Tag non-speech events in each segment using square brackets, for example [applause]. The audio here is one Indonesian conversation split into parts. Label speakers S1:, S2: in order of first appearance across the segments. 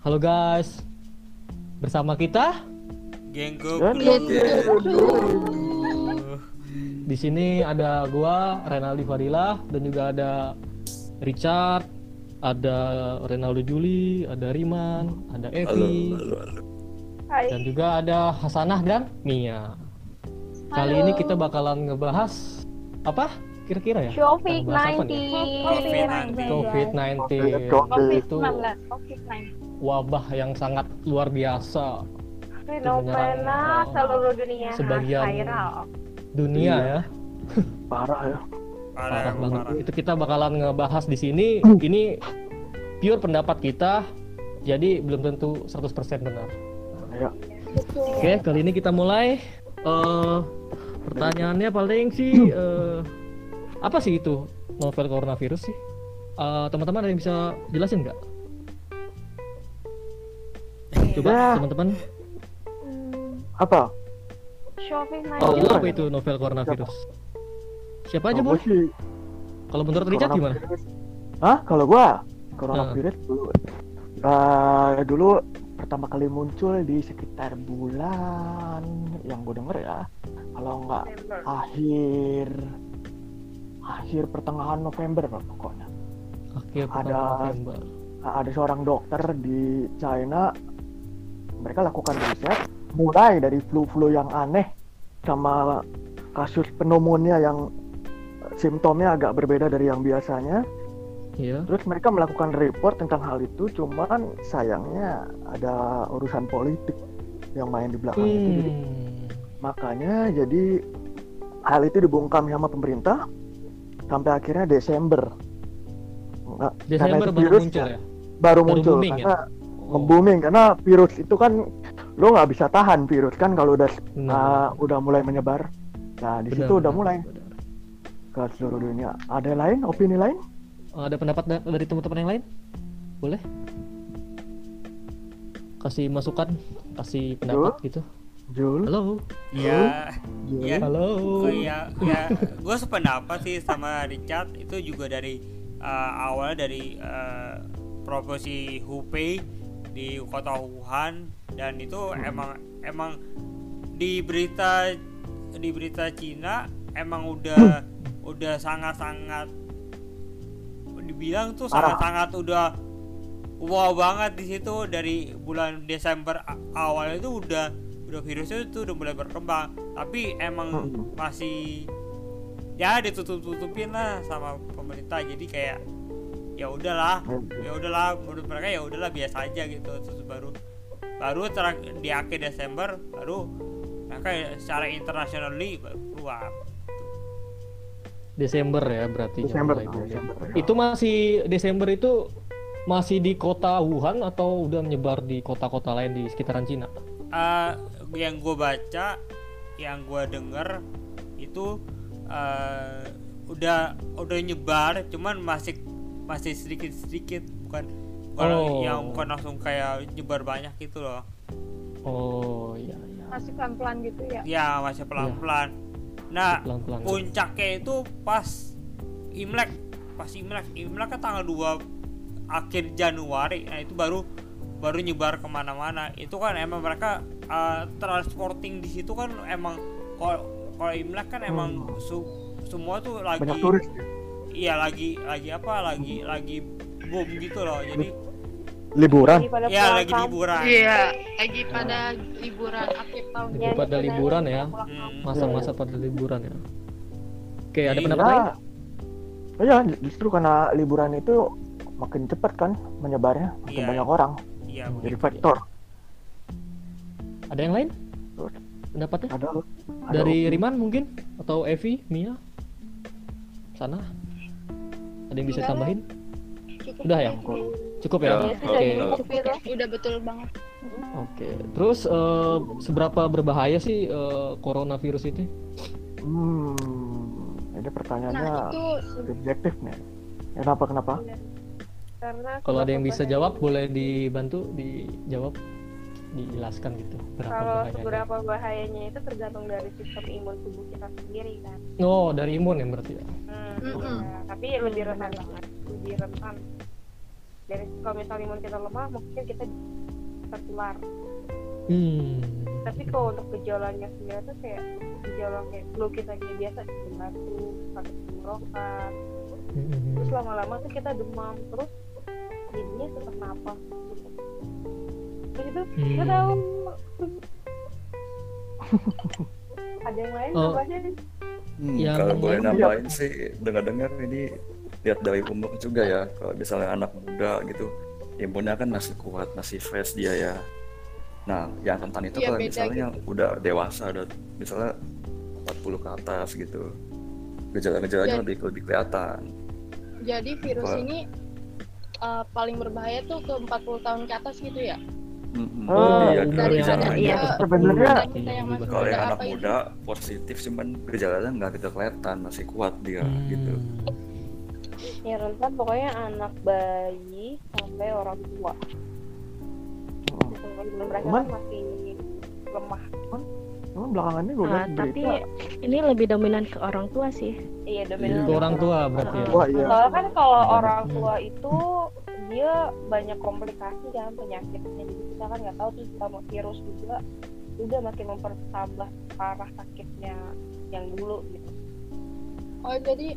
S1: Halo guys, bersama kita
S2: Genggo
S1: di sini ada gua Renaldi Fadila dan juga ada Richard, ada Renaldo Juli, ada Riman, ada Evi,
S3: Hai.
S1: dan juga ada Hasanah dan Mia. Kali
S3: Halo.
S1: ini kita bakalan ngebahas apa? Kira-kira ya?
S3: Covid
S1: Kita bahas apa
S3: 19.
S1: nih?
S2: COVID-19.
S1: COVID-19
S4: COVID-19.
S1: itu
S3: COVID-19.
S1: wabah yang sangat luar biasa
S3: Fenomena
S1: menyerang,
S3: seluruh dunia
S1: sebagian-
S3: viral.
S1: dunia
S4: Iya.
S1: ya.
S4: parah ya
S2: Parah,
S1: parah banget.
S2: parah.
S1: Itu kita bakalan ngebahas di sini.
S4: Hmm.
S1: Ini pure pendapat kita. Jadi belum tentu 100% benar.
S4: ya
S1: Oke, kali ini kita mulai eh pertanyaannya paling
S4: Hmm.
S1: sih eh, apa sih itu novel coronavirus sih? Eh, teman-teman ada yang bisa jelasin nggak?
S4: Ya.
S1: Coba teman-teman,
S4: apa
S3: COVID-19.
S4: Oh,
S1: itu
S4: boleh.
S1: apa itu novel coronavirus? Siapa aja
S4: Kalau gua
S1: boleh?
S4: sih
S1: Kalau menurut Richard gimana?
S4: coronavirus. Hah? Kalau gua coronavirus dulu. Eh, dulu pertama kali muncul di sekitar bulan yang gue denger ya. Kalau nggak akhir akhir pertengahan November lah pokoknya.
S1: Akhir
S4: Ada-
S1: pertama November.
S4: Nah, ada seorang dokter di China mereka lakukan riset mulai dari flu-flu yang aneh sama kasus pneumonia yang eh, simptomnya agak berbeda dari yang biasanya
S1: Iya.
S4: terus mereka melakukan report tentang hal itu cuman sayangnya ada urusan politik yang main di belakang itu gitu. Jadi
S1: Hmm.
S4: Makanya jadi hal itu dibungkam sama pemerintah sampai akhirnya Desember. Nah,
S1: Desember
S4: karena itu
S1: baru
S4: virus
S1: muncul ya.
S4: baru
S1: Baru
S4: muncul
S1: booming ya?
S4: karena
S1: Oh,
S4: nge-booming karena virus itu kan lo nggak bisa tahan virus kan kalau udah
S1: benar.
S4: uh, udah mulai menyebar. Nah,
S1: Benar,
S4: di situ udah
S1: benar,
S4: mulai
S1: benar.
S4: ke seluruh dunia. Ada lain opini lain?
S1: Oh, ada pendapat da- dari teman-teman yang lain? Boleh? Kasih masukan, kasih pendapat gitu.
S4: Jul,
S1: Halo.
S2: Ya,
S4: Jul.
S2: ya,
S1: Halo.
S2: ya, ya. Gue sependapat sih sama Richard. Itu juga dari eh, awal dari eh, provinsi Hubei di kota Wuhan dan itu emang emang di berita di berita Cina emang udah udah sangat-sangat dibilang tuh
S4: Parah.
S2: sangat-sangat udah wow banget di situ dari bulan Desember a- awal itu udah udah virusnya itu udah mulai berkembang tapi emang
S4: Mm.
S2: masih ya ditutup-tutupin lah sama pemerintah jadi kayak ya udahlah
S4: Mm.
S2: ya udahlah menurut mereka ya udahlah biasa aja gitu terus baru baru ter- di akhir Desember baru mereka secara internationally baru keluar
S1: Desember ya berarti.
S4: Desember.
S1: mulai booming.
S4: Desember. ya.
S1: Itu masih Desember itu masih di kota Wuhan atau udah menyebar di kota-kota lain di sekitaran Cina?
S2: Eh, yang gue baca yang gue denger itu eh, udah udah nyebar cuman masih masih sedikit sedikit bukan bukan
S1: Oh.
S2: yang bukan langsung kayak nyebar banyak gitu loh
S1: Oh iya iya.
S3: Masih pelan-pelan gitu ya.
S2: ya masih pelan pelan nah
S1: Pelan-pelan.
S2: puncaknya itu pas imlek pas imlek imlek kan tanggal 2 akhir Januari nah itu baru baru nyebar kemana-mana itu kan emang mereka uh, transporting di situ kan emang kalau kalau imlek kan emang su- semua tuh lagi
S4: Oh. Banyak turis.
S2: iya lagi lagi apa lagi lagi boom gitu loh jadi
S1: Ah.
S4: Liburan.
S3: Daripada
S2: ya
S3: pulang
S2: lagi
S3: kampung,
S2: liburan
S5: Iya, lagi pada liburan akhir tahun.
S1: Lagi pada
S3: sebenarnya
S1: liburan ya.
S3: pulang kampung.
S2: Hmm.
S1: Masa-masa pada liburan ya. Oke, ada
S2: Iya.
S1: pendapat lain?
S4: Ya. Iya, justru karena liburan itu makin cepat kan menyebarnya, makin
S2: Iya.
S4: banyak orang.
S2: iya
S4: Jadi faktor.
S1: Ada yang lain?
S4: Terus.
S1: Pendapatnya?
S4: Ada, ada
S1: dari Riman mungkin atau Evi, Mia, sana ada yang bisa
S3: Enggak.
S1: tambahin?
S3: Cukup
S1: Udah ya?
S3: gitu.
S1: Cukup ya?
S3: Iya
S1: Oke.
S3: sih, udah cukup
S5: Covid
S3: gitu.
S5: udah betul banget.
S1: Oke. Terus eh, seberapa berbahaya sih eh, coronavirus itu?
S4: Hmm, ini pertanyaannya
S5: Nah, itu
S4: subjektif nih. Kenapa kenapa?
S3: Karena
S1: Kalau ada yang bisa jawab
S3: seberapa
S1: boleh dibantu dijawab, dijelaskan gitu
S3: bahaya-
S1: berapa
S3: kalau
S1: bahayanya.
S3: seberapa bahayanya itu tergantung dari sistem imun tubuh kita sendiri kan.
S1: Oh, dari imun ya berarti. ya?
S3: Hmm,
S5: Mm-mm.
S3: iya. Tapi lebih rentan banget, lebih rentan. dari kalau misalnya imun kita lemah mungkin kita tertular
S1: Hmm.
S3: tapi kalau untuk gejalanya sendiri tuh kayak gejala kayak flu kita kayak biasa demam batuk sakit tenggorokan
S1: Hmm.
S3: terus lama-lama tuh kita demam terus jadinya sesak napas gitu terus itu
S1: Hmm.
S3: nggak tahu ada yang lain
S1: Oh.
S3: namanya
S6: Hmm,
S1: Ya,
S5: Iya,
S6: kalau
S1: mungkin.
S6: boleh nambahin sih, dengar-dengar ini lihat dari umur juga ya. Kalau misalnya anak muda gitu, imunnya kan masih kuat, masih fresh dia ya. Nah, yang rentan itu
S5: Iya,
S6: kalau
S5: beda
S6: misalnya yang udah dewasa, udah misalnya 40 ke atas gitu, gejala-gejalanya
S5: Dan-
S6: lebih lebih kelihatan.
S5: Iya. Jadi virus
S6: Wah.
S5: ini eh, paling berbahaya tuh ke 40 tahun ke atas gitu ya.
S6: Mm-mm,
S4: Oh,
S6: iya,
S1: umur
S6: dari
S1: yang-
S6: gejalanya.
S5: iya.
S4: Sebenarnya-
S5: Kita yang masih
S6: Kalau yang
S5: Muda
S6: anak
S5: apa itu?
S6: muda positif, cuman gejalanya nggak gitu kelihatan, masih kuat dia
S1: Hmm.
S6: gitu.
S3: ya rentan pokoknya anak bayi sampai orang tua
S1: Oh.
S4: Mm-mm.
S3: Gitu. Imun mereka
S4: Cuman-
S3: kan masih lemah
S4: Cuman hmm, belakangan ini gue
S7: Ah,
S5: Nah,
S4: lihat
S7: tapi
S4: berita.
S7: ini lebih dominan ke orang tua sih.
S3: iya dominan
S1: Ke orang tua berarti ya.
S4: Wah iya.
S3: Soalnya kan kalau
S6: Banyak.
S3: orang tua itu dia banyak komplikasi kan penyakitnya jadi kita kan nggak tahu tuh sama virus juga udah makin mempertambah parah sakitnya yang dulu gitu.
S5: Oh, jadi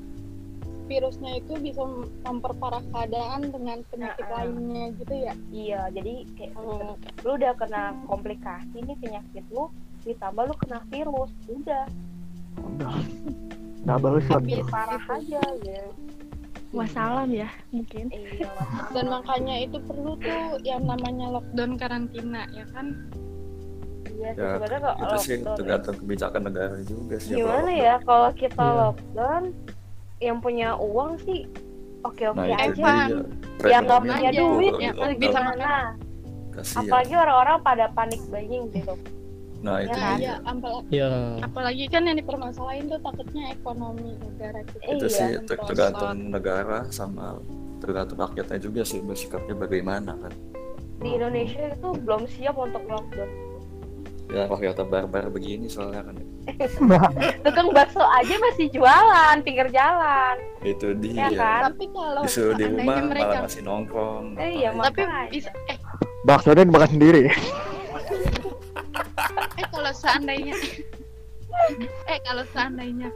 S5: virusnya itu bisa memperparah keadaan dengan penyakit
S3: Nah, ah.
S5: lainnya gitu ya.
S3: Iya, jadi kayak
S5: Hmm. Oh.
S3: lu udah kena komplikasi nih penyakit lu ditambah lu kena virus udah
S4: Udah. Double shot.
S5: Habis
S3: parah
S5: gitu.
S3: aja ya.
S7: Wah salam ya mungkin.
S3: Iya.
S5: Dan makanya itu perlu tuh yang namanya lockdown karantina ya kan.
S3: Iya, sih,
S6: Ya,
S3: sebenarnya kalau
S6: itu sih
S3: lockdown-
S6: tergantung kebijakan negara juga sih. kalau
S3: gimana ya kalau kita
S1: Iya.
S3: lockdown yang punya uang sih oke oke
S6: Nah, itu
S3: aja
S5: Evan.
S3: yang
S6: dia.
S3: nggak
S6: Perekonomian
S3: punya
S5: aja.
S6: juga
S3: duit
S6: kalau
S5: ya
S6: di
S5: kan,
S6: lockdown.
S5: bisa makan.
S3: nah
S6: Kasihan.
S3: apalagi orang-orang pada panik buying gitu
S6: nah
S5: Ya,
S6: itu dia.
S5: ya ampel-
S1: Ya.
S5: apalagi kan yang dipermasalahin tuh takutnya ekonomi negara kita.
S6: itu
S3: Iya,
S6: sih
S5: kan,
S6: ter- tergantung negara sama tergantung rakyatnya juga sih bersikapnya bagaimana kan
S3: di Indonesia itu belum siap untuk lockdown
S6: ya rakyatnya barbar begini soalnya kan
S3: tukang bakso aja masih jualan pinggir jalan
S6: itu
S3: ya
S6: dia
S3: kan
S5: Tapi kalau
S6: disuruh di rumah
S5: seandainya mereka
S6: malah masih nongkrong
S3: Eh, iya,
S6: ngapain.
S5: tapi
S3: Makanya.
S5: bisa eh,
S4: Bakso dan makan sendiri.
S5: eh kalau seandainya [laughs] eh kalau seandainya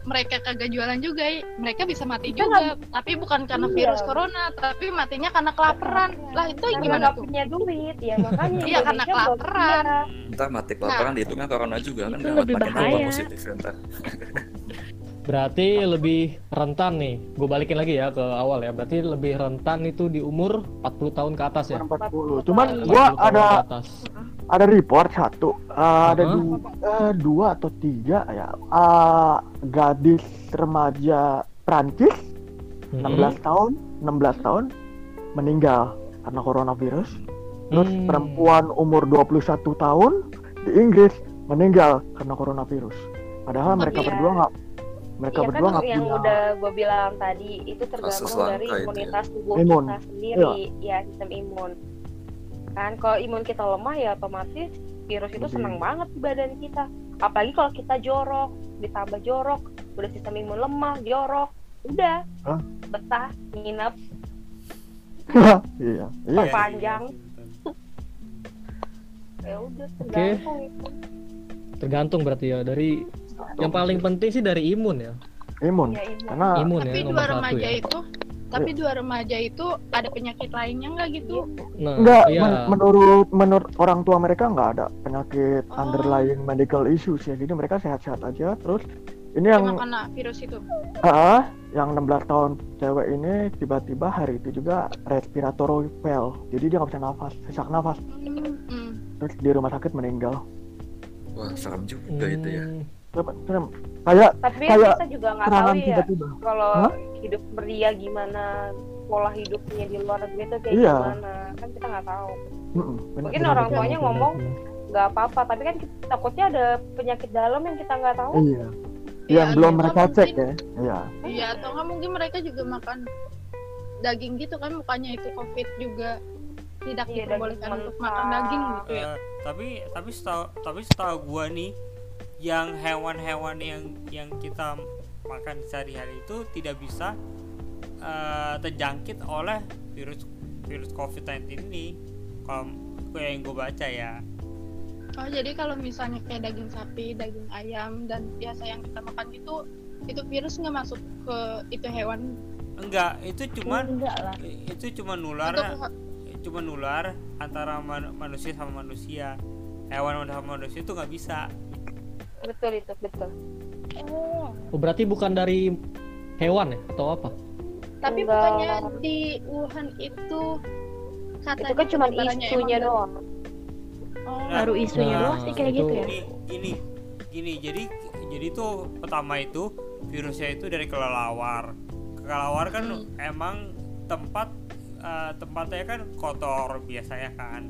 S5: mereka kagak jualan juga ya, mereka bisa mati juga tapi bukan karena
S3: Iya.
S5: virus corona tapi matinya karena kelaparan lah itu
S3: karena
S5: gimana
S3: nggak
S5: tuh
S3: punya duit ya makanya
S5: Iya, karena
S3: Indonesia belum
S5: kelaparan.
S3: siap.
S6: ntar mati kelaparan dihitungnya corona juga kan
S7: Itu
S6: dapat
S7: lebih
S6: makin
S7: bahaya.
S6: tambah positif ya, ntar
S1: Berarti lebih rentan nih. Gue balikin lagi ya ke awal ya. Berarti lebih rentan itu di umur 40 tahun ke atas ya.
S4: 40. Cuman
S1: 40
S4: gue
S1: tahun
S4: ada
S1: ke atas.
S4: ada report satu Eh, ada
S1: Hah?
S4: du- eh, dua atau tiga ya Eh, gadis remaja Prancis
S3: Hmm.
S4: 16
S1: Hmm.
S4: tahun 16 tahun meninggal karena coronavirus terus
S1: Hmm.
S4: perempuan umur 21 tahun di Inggris meninggal karena coronavirus padahal
S5: Tapi
S4: mereka
S3: ya-
S4: berdua nggak mereka
S3: Iya kan
S4: berdua nggak
S3: yang
S4: punya
S3: udah gue bilang tadi itu tergantung
S6: Kasus langka
S3: dari
S6: itu ya.
S3: imunitas tubuh
S4: Imun. Iya.
S3: kita sendiri, ya sistem imun. Kan kalau imun kita lemah ya otomatis virus itu
S4: Lebih.
S3: senang banget di badan kita. Apalagi kalau kita jorok, ditambah jorok, udah sistem imun lemah, jorok, udah
S4: Hah?
S3: betah nginep
S4: iya iya
S2: Iya, iya,
S3: panjang.
S2: iya, betul.
S3: ya udah tergantung itu.
S1: Tergantung berarti ya dari yang paling penting sih dari imun ya.
S4: imun
S3: Ya, imun.
S4: karena
S1: Imun
S5: tapi
S1: ya
S5: dua
S1: nomor satu
S5: remaja
S1: ya.
S5: itu tapi dua remaja itu ada penyakit lainnya nggak gitu
S1: Nah,
S4: Enggak,
S1: iya.
S4: men- menurut menurut orang tua mereka nggak ada penyakit
S5: Oh.
S4: underlying medical issues ya. Jadi mereka sehat-sehat aja. Terus ini
S5: emang
S4: yang
S5: karena virus itu
S4: ah, yang 16 tahun cewek ini tiba-tiba hari itu juga respiratory fail. Jadi dia nggak bisa nafas, sesak nafas.
S5: Hmm.
S4: Terus di rumah sakit meninggal.
S6: wah serem juga itu ya
S1: Hmm.
S4: Serem- serem. Kayak
S3: Tapi
S4: Kayak
S3: kita juga nggak tahu
S4: serangan
S3: ya
S4: tiba-tiba.
S3: kalau
S4: Hah?
S3: hidup dia gimana pola hidupnya di luar negeri itu kayak
S4: Iya.
S3: gimana kan kita nggak tahu
S4: Mm-mm, bener-
S3: Mungkin
S4: bener-
S3: orang
S4: bener.
S3: tuanya ngomong. nggak apa-apa tapi kan kita, takutnya ada penyakit dalam yang kita nggak tahu
S4: Iya.
S5: Iya,
S4: Yang belum
S5: atau
S4: mereka
S5: mungkin-
S4: cek ya. Iya.
S5: iya atau nggak mungkin mereka juga makan daging gitu kan bukannya itu covid juga tidak
S3: Iya,
S5: diperbolehkan
S3: daging
S5: untuk makan
S3: mentah.
S5: daging gitu ya
S7: Iya.
S2: Eh, tapi tapi setahu tapi setahu gua nih yang hewan-hewan yang yang kita makan sehari-hari itu tidak bisa eh, terjangkit oleh virus virus COVID-19 ini kalau kayak yang gue baca ya
S5: Oh jadi kalau misalnya kayak daging sapi, daging ayam dan biasa yang kita makan gitu, itu virus nggak masuk ke itu hewan
S2: enggak itu cuman
S7: enggak lah
S2: itu cuma
S5: untuk
S2: nular cuma nular antara man- manusia sama manusia hewan sama manusia itu nggak bisa
S3: betul itu betul
S5: oh
S1: Oh, berarti bukan dari hewan ya atau apa?
S5: tapi
S3: Enggak.
S5: bukannya di Wuhan itu katanya
S3: itu kan cuma
S5: penyebarannya
S3: isunya
S5: emang-
S3: doang
S5: oh,
S2: Nah,
S7: baru isunya
S1: Nah,
S7: doang sih kayak gitu ya
S2: ini ini gini jadi jadi tuh pertama itu virusnya itu dari kelelawar kelelawar kan
S7: Hmm.
S2: emang tempat eh, tempatnya kan kotor biasanya kan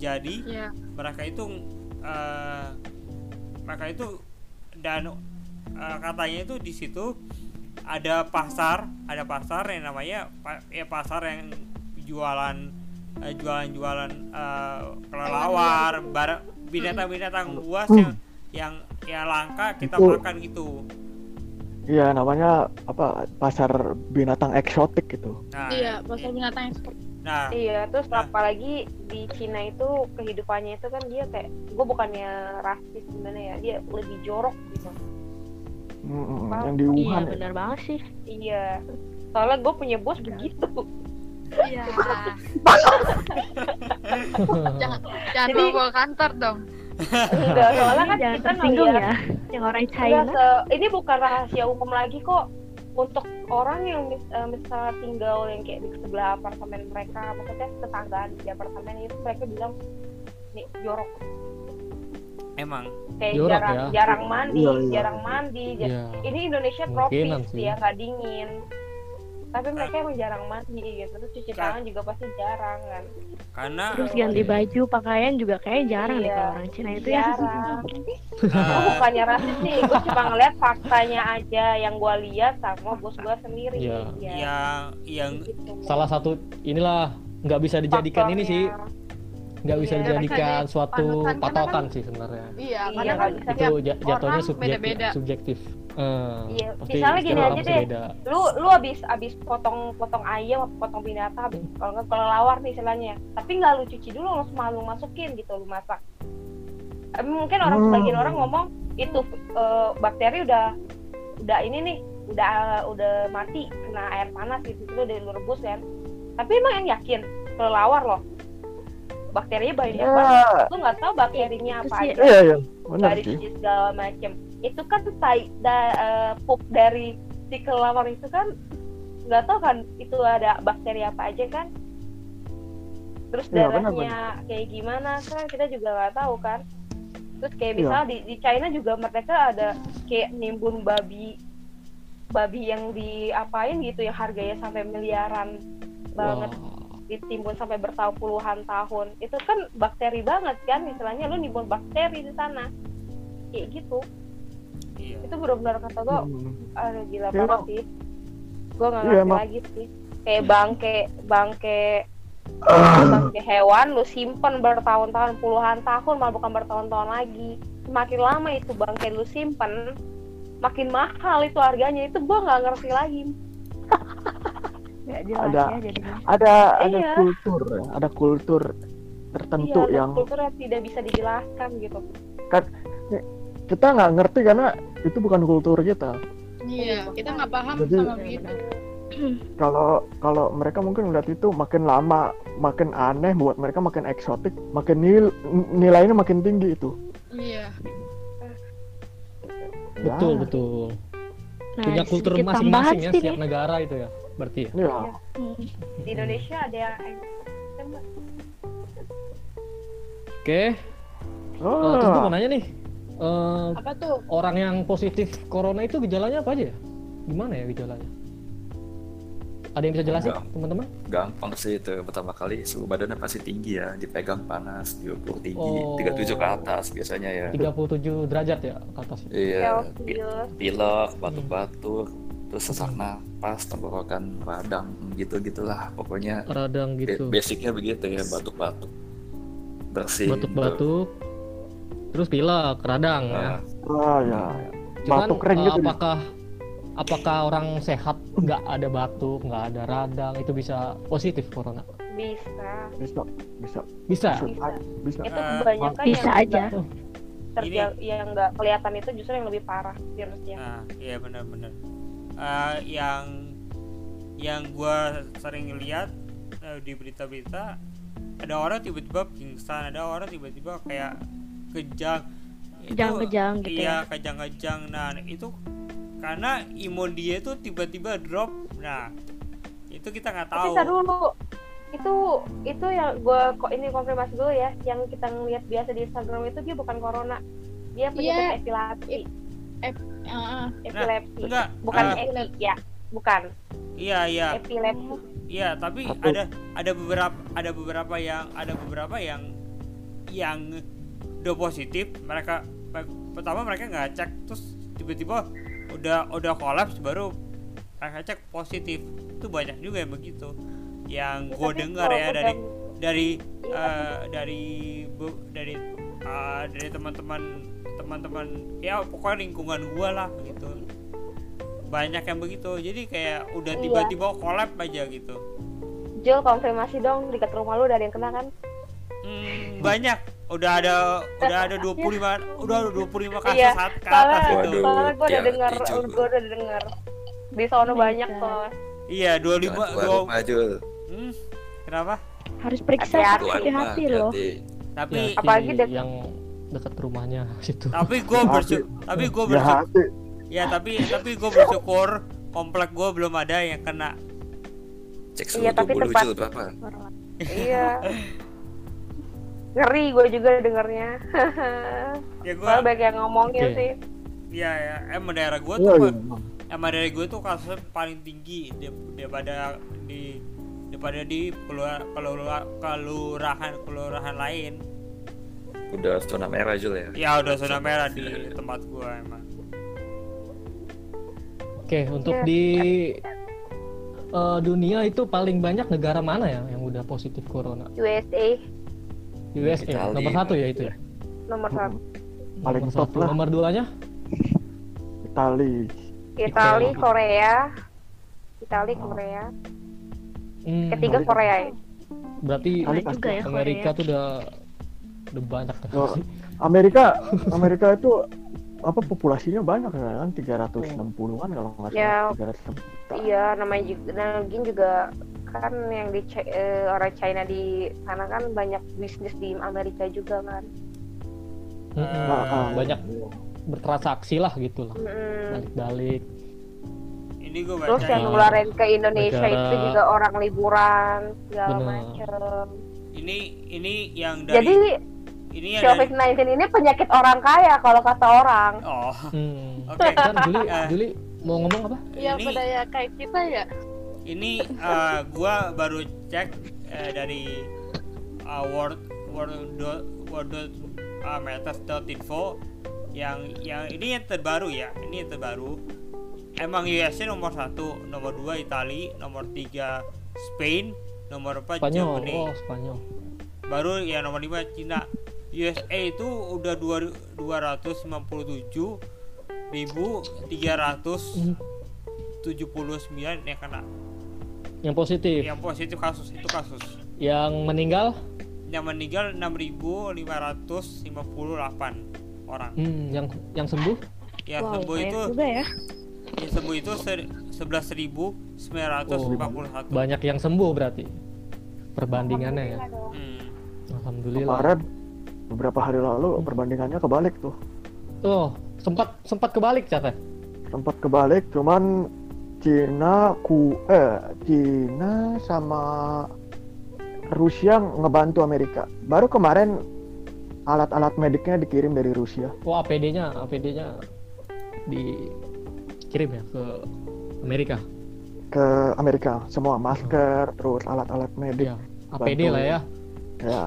S2: jadi
S5: Iya.
S2: mereka itu eh, mereka itu dan eh, katanya itu di situ ada pasar ada pasar yang namanya pa- ya pasar yang jualan eh, jualan-jualan eh, kelelawar
S7: ya.
S2: barang binatang-binatang buas yang yang ya langka kita
S4: Itu-
S2: makan gitu
S4: Iya namanya apa pasar binatang eksotik gitu.
S2: nah
S5: iya bahasa binatang yang seperti
S2: nah
S3: Iya, terus
S2: Nah.
S3: apalagi di Cina itu kehidupannya itu kan dia kayak gue bukannya rasis gimana ya, dia lebih jorok gitu.
S4: Mm-mm,
S3: Wow.
S4: yang di
S7: iya
S4: Wuhan. ya.
S7: benar banget sih
S3: Iya. Soalnya gue punya bos begitu.
S5: iya [laughs] jangan [laughs] jangan
S3: Jadi-
S5: bawa kantor dong
S3: Enggak, soalnya kan kita
S7: jangan Iya, tersinggung
S3: ngeliat-
S7: ya yang orang
S3: Enggak,
S7: China
S3: se- ini bukan rahasia umum lagi kok untuk orang yang mis- eh, misalnya tinggal yang kayak di sebelah apartemen mereka, maksudnya tetanggaan di apartemen itu mereka bilang nih jorok
S2: emang
S3: kayak
S1: Jorok
S3: jarang
S1: ya.
S3: jarang mandi,
S4: Iya, iya.
S3: jarang mandi, jar-
S1: Iya.
S3: ini Indonesia
S1: Kemungkinan
S3: tropis
S1: sih.
S3: dia nggak dingin tapi
S1: Nah.
S3: mereka emang jarang mandi gitu terus cuci
S2: Kan.
S3: tangan juga pasti jarang kan
S2: karena
S7: terus ganti baju pakaian juga kayaknya jarang deh
S3: Iya.
S7: kalau orang
S1: Nah,
S7: Cina itu ya
S1: [laughs]
S3: jarang gue
S2: eh,
S3: bukannya rasis nih gue cuma ngeliat faktanya aja yang gue lihat sama bos gue sendiri
S1: Iya.
S3: Iya.
S2: yang yang
S3: Gitu.
S1: Salah satu inilah nggak bisa dijadikan ini sih,
S5: iya.
S3: Faktornya.
S1: nggak bisa
S3: Iya,
S1: dijadikan
S5: makanya
S1: suatu
S5: panutan, karena
S1: patokan
S5: kan-
S1: sih sebenarnya.
S5: iya
S3: Iya,
S5: karena
S3: nggak
S5: kan
S3: bisa.
S5: tiap
S1: Itu ja- jatuhnya
S5: orang
S1: subjek,
S5: beda-beda.
S1: subjektif. Eh,
S3: Iya,
S1: pasti
S3: misalnya gini
S1: setiap
S3: aja
S1: orang pasti
S3: deh.
S1: beda.
S3: lu lu abis abis potong potong ayam apa potong binatang abis kalau nggak kelelawar nih istilahnya tapi nggak lu cuci dulu langsung malu masukin gitu lu masak Eh, mungkin orang
S4: Hmm.
S3: sebagian orang ngomong itu eh, bakteri udah udah ini nih udah udah mati kena air panas gitu itu udah lu rebus kan tapi emang yang yakin kelelawar loh bakterinya banyak banget
S4: Iya,
S3: lu nggak tahu bakterinya
S7: Itu
S3: apa
S7: sih,
S3: aja
S4: iya, iya, benar
S3: dari
S4: sih.
S3: cuci segala macem itu kan tai da, eh, pup dari si kelelawar itu kan nggak tahu kan itu ada bakteri apa aja kan terus
S4: Iya,
S3: darahnya
S4: benar-benar.
S3: kayak gimana kan kita juga nggak tahu kan terus kayak
S4: Iya.
S3: misalnya di, di China juga mereka ada kayak nimbun babi babi yang diapain gitu yang harganya sampai miliaran banget
S1: Wah.
S3: ditimbun sampai bertahun puluhan tahun itu kan bakteri banget kan istilahnya lu nimbun bakteri di sana kayak gitu
S2: iya
S3: itu benar-benar kata gue
S4: Hmm.
S3: aduh gila
S4: Iya,
S3: banget
S4: emang.
S3: sih gue nggak
S4: Iya,
S3: ngerti
S4: emang.
S3: lagi sih kayak bangke bangke
S4: Hmm.
S3: bangke hewan lu simpen bertahun-tahun puluhan tahun malah bukan bertahun-tahun lagi semakin lama itu bangke lu simpen makin mahal itu harganya itu gue nggak ngerti lagi
S7: nggak jelas
S4: Ada.
S7: ya jadinya
S4: Ada ada
S3: Iya.
S4: kultur, ya, ada kultur tertentu
S3: Iya, ada
S4: yang
S3: kultur yang tidak bisa dijelaskan gitu
S4: kita nggak ngerti karena itu bukan kultur kita.
S5: iya kita nggak paham
S4: Jadi-
S5: sama begitu
S4: Kalau kalau mereka mungkin melihat itu makin lama makin aneh buat mereka makin eksotik, makin nil, nilainya makin tinggi itu.
S5: iya
S4: Ya,
S1: Betul betul.
S7: nah,
S1: Punya kultur
S7: sedikit tambahan
S1: masing-masing ya
S7: sih
S1: setiap
S7: nih.
S1: negara itu ya. Berarti ya.
S4: Iya.
S7: Hmm.
S3: di Indonesia ada yang
S1: Oke. eh,
S4: Oh,
S1: terus gue mau nanya nih. eh,
S5: apa tuh
S1: orang yang positif corona itu gejalanya apa aja ya? Gimana ya gejalanya? Ada yang bisa jelasin
S6: Enggak.
S1: teman-teman?
S6: gampang sih itu pertama kali suhu badannya pasti tinggi ya dipegang panas diukur tinggi
S1: Oh.
S6: 37 ke atas biasanya ya
S1: 37 derajat ya ke atas. ya?
S6: iya pi-
S3: Celsius
S6: pilek batuk-batuk terus sesak napas tenggorokan radang gitu gitulah pokoknya
S1: Radang
S6: be-
S1: gitu.
S6: basicnya begitu ya batuk-batuk bersih
S1: Batuk-batuk. Terus pilek, radang
S6: gitu.
S1: ya.
S6: Nah,
S4: ah, ya.
S1: Cuman
S4: Batuk kering
S1: eh,
S4: gitu.
S1: apakah apakah orang sehat nggak ada batuk, nggak ada radang itu bisa positif corona?
S3: bisa
S4: Bisa, bisa,
S1: Bisa.
S4: bisa, bisa.
S3: itu
S2: Eh,
S3: kebanyakan
S7: bisa
S3: yang
S7: aja.
S3: nggak terja- yang nggak kelihatan itu justru yang lebih parah virusnya
S2: Nah, iya benar-benar. Eh, yang yang gua sering lihat eh, di berita-berita ada orang tiba-tiba pingsan, ada orang tiba-tiba kayak kejang. Itu-
S7: Kejang-kejang
S3: ya.
S7: gitu
S2: Iya, kejang-kejang. Nah, itu karena imun dia itu tiba-tiba drop. Nah, itu kita nggak
S3: tapi
S2: tahu.
S3: bisa dulu itu itu yang gue kok ini konfirmasi dulu ya yang kita ngelihat biasa di Instagram itu dia bukan corona dia
S5: Iya.
S3: penyakit epilepsi
S5: Heeh.
S3: epilepsi
S2: Enggak,
S3: bukan
S2: eh,
S3: epilepsi ya bukan
S2: iya iya.
S3: epilepsi
S2: Iya, tapi
S4: Satu.
S2: ada ada beberapa ada beberapa yang ada beberapa yang yang udah positif. Mereka pe- pertama mereka nggak cek, terus tiba-tiba udah udah kolaps baru mereka cek positif. Itu banyak juga yang begitu. Yang gue
S3: Tapi
S2: dengar
S3: kalau
S2: ya
S3: udah-
S2: dari dari
S3: Iya.
S2: eh, dari bu- dari eh, dari teman-teman teman-teman ya pokoknya lingkungan gue lah gitu banyak yang begitu jadi kayak udah
S3: Iya.
S2: tiba-tiba kolab aja gitu
S3: Jul konfirmasi dong dekat rumah lu udah ada yang kena kan
S2: Hmm, banyak. Udah ada udah ada 25 udah ada 25 kasus
S3: Iya,
S2: saat ke
S3: soalnya
S2: atas gitu. itu. Iya,
S6: Waduh.
S3: soalnya gue udah
S6: ya,
S3: dengar
S6: itu.
S3: gue udah dengar di sono
S7: Oh my
S3: banyak
S7: God.
S3: soalnya
S2: Iya, 25
S6: Jangan
S2: dua,
S6: keluar rumah Jul.
S2: hmm, kenapa?
S7: Harus periksa
S3: Hati-hati.
S6: Keluar rumah,
S7: hati-hati loh.
S6: hati.
S4: Iya.
S2: Tapi
S1: Ya,
S3: apalagi
S1: si
S3: dek-
S1: yang dekat rumahnya [laughs] situ.
S2: tapi gue bersyukur tapi
S3: Iya.
S2: gue
S4: Ya
S2: bersyukur
S4: hati.
S2: ya tapi tapi gue bersyukur komplek gue belum ada yang kena
S6: Cek
S3: Iya,
S6: suhu
S3: tapi
S6: tubuh lu
S3: tempat-
S6: Jul berapa?
S3: iya ngeri gue juga dengernya
S2: ya gue
S3: soalnya banyak yang ngomongin
S1: Oke.
S3: sih
S2: ya, ya emang daerah gue
S4: Iya,
S2: tuh
S4: iya.
S2: emang daerah gue tuh kasusnya paling tinggi di- daripada di daripada di kelurahan kelurahan kelurahan lain
S6: Udah zona merah Jul ya.
S2: ya udah zona merah di tempat gue emang
S1: Oke, untuk
S3: Iya.
S1: di eh, dunia itu paling banyak negara mana ya yang udah positif corona?
S3: USA
S1: USA
S6: Itali.
S1: nomor satu ya itu ya.
S3: nomor satu
S4: Hmm, Paling
S1: nomor
S4: top
S1: Iya, satu.
S4: lah.
S1: Nomor duanya?
S4: Itali.
S3: Itali
S1: Itali.
S3: Korea Itali Korea
S1: Hmm,
S3: ketiga
S4: Korea.
S3: Korea ya
S1: Berarti
S4: Itali
S7: Kena juga ya
S1: Amerika
S7: Korea.
S1: tuh udah udah banyak [laughs] Hmm,
S4: Yo.
S1: sih.
S4: [laughs] Amerika, Amerika itu apa populasinya banyak kan 360-an kalau nggak
S3: Ya.
S4: salah 360
S3: iya namanya juga nah, gini juga kan yang di C- eh, orang China di sana kan banyak bisnis di Amerika juga kan
S1: Mm-mm.
S3: Eh.
S2: Nah,
S4: ah.
S1: banyak bertransaksi lah gitu lah.
S3: Mm-mm.
S1: Balik-balik.
S2: ini gue baca
S3: Hmm. Terus yang
S1: Negara-
S3: ngeluarin ke Indonesia itu
S1: negara-
S3: juga orang liburan segala
S1: Bener.
S3: macem.
S2: ini ini yang dari
S3: Jadi
S2: ini yang
S6: Iya,
S2: dari
S3: COVID-19 ini penyakit orang kaya kalau kata orang.
S2: oh
S1: Hmm.
S2: oke
S1: Kan Juli,
S2: Ah.
S1: Juli mau ngomong apa?
S5: Iya,
S2: ini
S5: budaya kayak kita ya.
S2: ini eh, gua baru cek eh, dari eh, world world dot- world dot, eh, matters dot info yang yang ini yang terbaru ya ini yang terbaru emang USA nomor satu nomor dua Itali nomor tiga Spain nomor empat
S1: Spanyol.
S2: Germany
S1: Oh, Spanyol.
S2: baru yang nomor 5 Cina USA itu udah dua-
S1: Hmm.
S2: 297 1379 yang kena
S1: Yang positif.
S2: yang positif kasus itu kasus
S1: Yang meninggal?
S2: yang meninggal 6558 orang
S1: Hmm, yang yang sembuh?
S2: yang
S7: Wow,
S2: sembuh
S7: banyak
S2: Kan itu
S7: juga ya.
S2: yang sembuh itu ser- 11.941
S1: Oh, Banyak yang sembuh berarti. Perbandingannya
S3: Iya,
S1: ya.
S2: Hmm.
S1: Alhamdulillah.
S4: kemarin beberapa hari lalu perbandingannya kebalik tuh
S1: Oh, sempat sempat kebalik Cata.
S4: tempat kebalik cuman Cina ku eh Cina sama Rusia ngebantu Amerika baru kemarin alat-alat mediknya dikirim dari Rusia
S1: Oh, APD-nya, APD-nya dikirim ya ke Amerika.
S4: ke Amerika semua masker terus alat-alat medik
S1: Iya, APD
S4: Bantu.
S1: lah ya,
S4: ya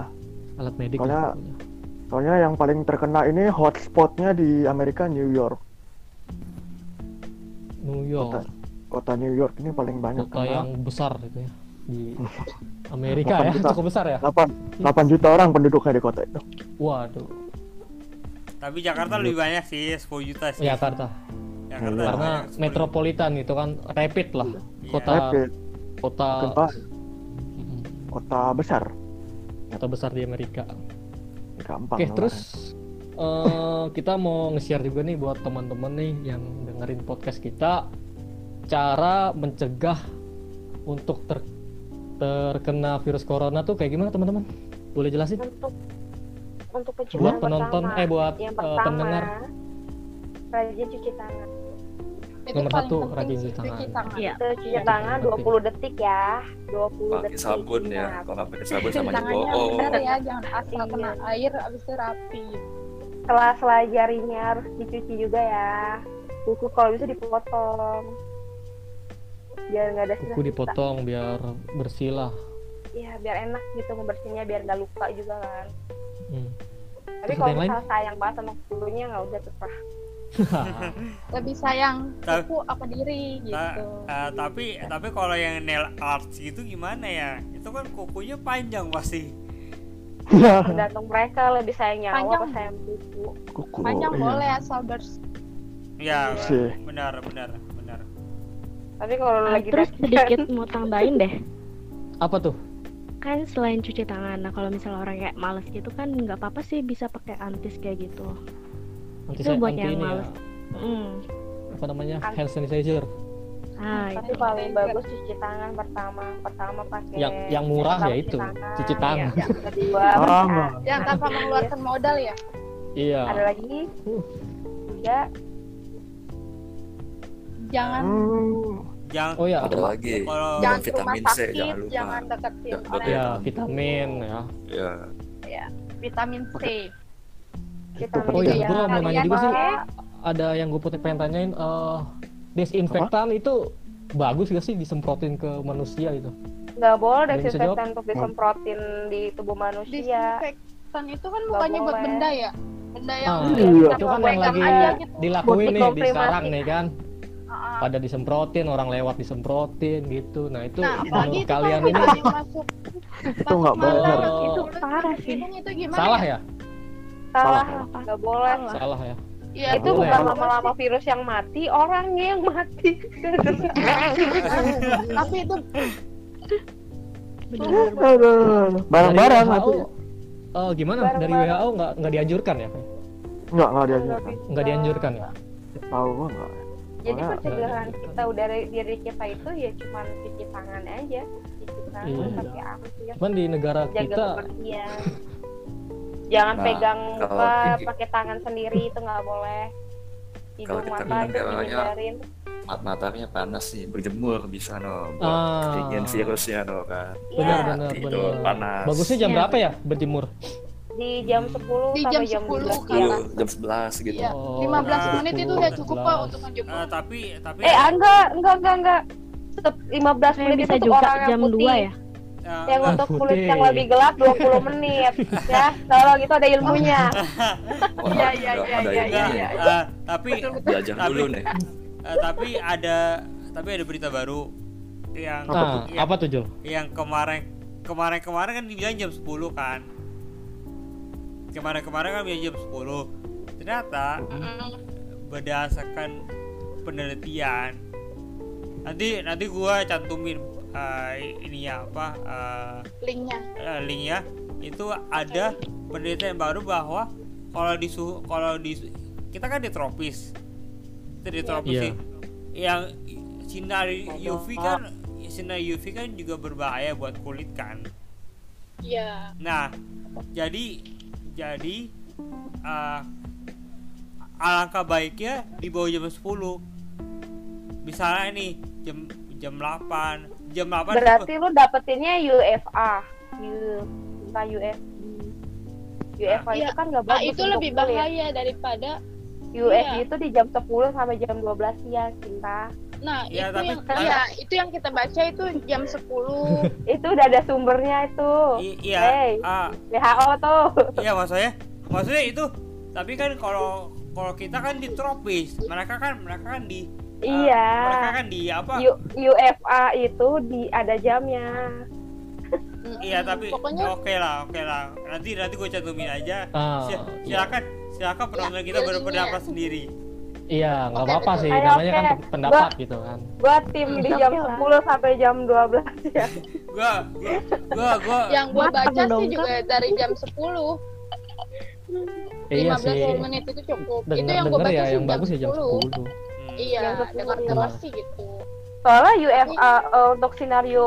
S1: alat medik. lah
S4: Soalnya-
S1: pokoknya.
S4: soalnya yang paling terkena ini hotspotnya di Amerika New York
S1: New York,
S4: kota New York ini paling banyak
S1: kota
S4: kena
S1: yang besar gitu ya
S4: [laughs]
S1: di Amerika
S4: Bukan
S1: ya,
S4: kita.
S1: cukup besar ya.
S4: 8, 8 juta orang penduduknya di kota itu
S1: Waduh,
S2: tapi Jakarta lebih banyak sih 10 juta sih
S1: Ya, Jakarta.
S2: Jakarta
S1: Karena
S4: Iya.
S2: banyak, 10
S4: Eh,
S1: metropolitan itu kan rapid lah,
S2: Iya.
S1: kota
S4: tapi
S1: kota
S4: gempa
S1: Mm,
S4: kota besar
S1: atau besar di Amerika.
S4: gampang
S1: Oke,
S4: lah.
S1: terus eh, kita mau nge-share juga nih buat teman-teman nih yang dengerin podcast kita cara mencegah untuk ter- terkena virus corona tuh kayak gimana teman-teman? Boleh jelasin?
S3: untuk untuk pencegahan
S1: Buat penonton
S3: pertama.
S1: eh buat
S3: yang
S1: eh,
S3: pertama
S1: pendengar.
S3: rajin cuci tangan
S5: Itu
S1: Nomor
S5: paling
S1: satu,
S5: penting
S1: rajin
S5: sih,
S1: cuci tangan.
S7: Iya.
S3: itu cuci
S1: Yang
S3: tangan
S1: penting.
S3: 20 detik ya 20
S6: pakai
S3: detik Nah,
S6: sabun ya
S3: Ingat.
S6: kalau nggak pakai sabun sama aja
S5: Tangannya
S1: Oh.
S6: bohong
S5: benar ya, jangan asal kena
S3: Iya.
S5: air abis itu rapi.
S3: setelah setelah jarinya harus dicuci juga ya kuku kalau bisa dipotong biar nggak ada
S1: Kuku
S3: sisa-sisa.
S1: dipotong biar bersih lah.
S3: Iya, biar enak gitu membersihnya biar nggak luka juga kan
S1: Hmm.
S3: tapi
S1: Terus ada
S3: kalau
S1: yang lain?
S3: misal sayang banget sama kukunya nggak udah terserah
S5: Lebih sayang
S2: Ta-
S5: aku apa diri gitu.
S2: Eh, tapi tapi kalau yang nail art gitu gimana ya itu kan kukunya panjang pasti
S4: [laughs] Iya,
S3: tergantung mereka lebih sayang nyawa
S5: Panjang.
S3: apa sayang kuku
S4: kuku
S5: Panjang
S1: Oh,
S4: iya.
S5: boleh asal bersih.
S2: ya
S4: Sih.
S2: benar benar benar
S3: tapi kalau
S7: Ah,
S3: lagi
S7: terus
S3: daki-
S7: sedikit mau tambahin deh
S1: Apa tuh?
S7: kan selain cuci tangan nah kalau misalnya orang kayak males gitu kan nggak apa-apa sih bisa pakai antis kayak gitu
S1: Nanti saya
S7: Itu buat
S1: nanti
S7: yang
S1: ini ya,
S7: males. Hmm.
S1: apa namanya?
S3: Anti-
S1: hand sanitizer
S7: ah
S3: gitu, tapi
S7: itu
S3: paling bagus cuci tangan pertama pertama pakai
S1: yang yang murah
S3: pertama
S1: ya itu, cuci
S3: Iya.
S1: tangan.
S7: Iya. [laughs]
S3: kedua
S4: Ah,
S3: pakai
S4: nggak.
S3: antis.
S5: Jangan tanpa mengeluarkan modal ya.
S1: Iya.
S3: ada lagi
S1: Uh.
S3: tiga
S5: Jangan
S4: Hmm,
S2: jangan
S1: Oh ya,
S6: ada lagi
S2: kalau
S5: jangan ke rumah
S6: vitamin C
S5: sakit,
S6: jangan lupa
S5: jangan deketin
S6: Jangan
S5: orang
S6: deketin.
S1: ya vitamin ya.
S6: ya
S5: vitamin C.
S3: vitamin
S1: Oh iya,
S5: Iya,
S1: gua mau nanya
S5: kalian
S1: juga sih.
S3: pakai-
S1: Ada yang gue pengen tanyain eh, desinfektan itu bagus gak sih disemprotin ke manusia gitu?
S3: nggak boleh
S1: Ada yang bisa
S3: desinfektan untuk disemprotin di tubuh manusia
S5: Disinfektan itu kan bukannya buat
S3: Iya. boleh.
S5: benda ya. Benda yang
S1: Ah,
S4: Iya.
S1: Itu kan yang
S5: pegang
S1: lagi
S5: aja gitu.
S1: dilakuin nih di
S3: Dikomprimasi.
S1: sekarang nih kan.
S5: Ah,
S1: Pada disemprotin, orang lewat disemprotin gitu. Nah, itu
S5: Nah, apalagi
S1: menurut
S5: itu
S1: kalian
S5: kalau
S1: ini
S5: ada yang masuk masuk
S4: nggak
S5: mata,
S1: benar.
S5: masuk
S1: Itu
S5: mulut,
S7: parah
S5: masuk
S7: sih.
S5: hidung Itu gimana?
S1: salah
S5: ya?
S1: ya?
S3: salah
S7: Salah.
S3: nggak boleh
S1: Salah ya.
S5: Iya,
S1: Nggak
S3: itu
S1: boleh.
S3: bukan
S5: apa
S3: lama-lama virus yang mati orangnya yang mati
S5: sih? Tapi itu
S7: bener
S4: aduh, barang-barang
S1: Dari
S4: nanti
S1: WHO, eh, gimana? Dari
S3: Barang-barang.
S1: WHO nggak nggak dianjurkan ya?
S4: nggak nggak dia
S3: Nggak bisa.
S1: Nggak dianjurkan ya?
S4: tahu gua nggak
S3: jadi
S4: Soalnya-
S6: iya,
S3: pencegahan kita dari diri kita itu ya cuman cuci tangan aja cuci tangan
S1: Iya.
S3: pakai antis
S1: Cuman di negara
S3: jaga
S1: kita
S3: kebersihan jangan
S6: Nah,
S3: pegang
S6: kalau-
S3: muka pakai tangan sendiri itu nggak boleh
S6: Kalau
S3: hidung
S6: kita
S3: mata itu
S6: negaranya-
S3: dihindarin
S6: mat matanya panas nih berjemur bisa no buat
S1: ah,
S6: dingin virusnya no kan
S1: benar
S3: Iya,
S1: benar
S6: Gitu,
S1: benar.
S6: panas.
S1: Bagusnya jam
S7: Iya.
S1: berapa ya berjemur?
S3: di jam
S6: Hmm.
S3: 10
S5: Di
S3: sampai
S5: jam
S3: jam
S5: 10
S3: 12
S6: Iya.
S5: kan.
S3: malam.
S6: Dulu, jam 11 gitu
S5: Iya.
S1: Oh,
S5: 15 menit itu udah cukup Pak
S1: 15.
S5: untuk menjemput.
S2: Eh, tapi tapi
S3: eh enggak enggak enggak enggak Tetep 15
S7: Kayak
S3: menit
S7: bisa
S3: itu
S7: juga
S3: orang yang
S7: jam
S3: putih
S7: 2 ya
S2: eh,
S3: yang
S1: Ah,
S3: untuk kulit
S1: putih.
S3: yang lebih gelap 20
S1: [laughs]
S3: menit ya kalau gitu ada ilmunya
S6: Wah,
S5: Iya, iya,
S6: ada-
S5: iya,
S6: ada
S5: iya,
S6: ini
S2: enggak,
S6: nih.
S2: eh, tapi
S6: belajar
S2: Tapi-
S6: dulu nih
S2: eh, tapi ada tapi ada berita baru yang
S4: Apa
S1: Ah,
S2: yang,
S1: apa tuh Jul?
S2: yang kemarin kemarin kemarin kan dibilang jam 10 kan kemarin kemarin kan bilang jam 10 ternyata
S1: Hmm.
S2: berdasarkan penelitian nanti nanti gua cantumin ini ya apa eh,
S5: Linknya.
S2: eh, linknya itu ada penelitian baru bahwa kalau di suhu kalau di kita kan di tropis kita di tropis
S1: Iya.
S2: nih. yang sinar UV kan sinar UV kan juga berbahaya buat kulit kan
S5: Iya.
S2: nah jadi jadi eh, alangkah baiknya di bawah jam 10 misalnya nih jam jam 8 jam 8 tuh-
S3: berarti lu dapetinnya UFA U bukan UFB UFA
S5: Iya.
S3: itu kan nggak
S5: Ah,
S3: bagus
S5: itu
S3: untuk
S5: lebih
S3: kulit.
S5: bahaya daripada
S3: UFB
S5: Iya.
S3: itu di jam 10 sampai jam 12 siang cinta
S5: Nah,
S2: Iya,
S5: itu
S2: tapi-
S5: yang iya, itu yang kita baca itu jam 10.
S3: itu udah ada sumbernya itu
S2: I- iya
S3: Hey.
S2: ah,
S3: WHO tuh
S2: Iya maksudnya, maksudnya itu. Tapi kan kalau kalau kita kan di tropis, mereka kan mereka kan di eh,
S3: iya
S2: mereka kan di apa?
S3: U- UFA itu di ada jamnya
S2: [laughs] Iya tapi
S5: pokoknya
S2: oke lah oke lah. Nanti nanti gue cantumin aja.
S1: Ah,
S2: Si-
S1: iya.
S2: silakan silakan penonton kita
S5: iya,
S2: berpendapat sendiri.
S1: Iya, nggak
S5: Oke,
S1: apa-apa sih.
S3: ayo,
S1: Namanya
S3: oke.
S5: Hmm,
S1: kan pendapat gitu kan.
S3: gua tim di jam 10 sampai jam 12 ya
S2: gua gua gua,
S5: [laughs]
S2: gua
S5: Yang gua
S7: Matang
S5: baca
S7: dong,
S5: sih juga
S3: kan?
S5: dari jam 10
S1: Eh, iya
S5: 15
S1: sih.
S5: menit itu cukup. itu
S1: Dengar
S5: yang gua
S1: dengar
S5: baca
S1: ya
S5: sih
S1: yang bagus ya jam 10.
S2: Hmm.
S5: Iya,
S3: Jam 10.
S5: dengar dengar sih gitu.
S3: Soalnya UFA
S5: Iya.
S3: eh, untuk skenario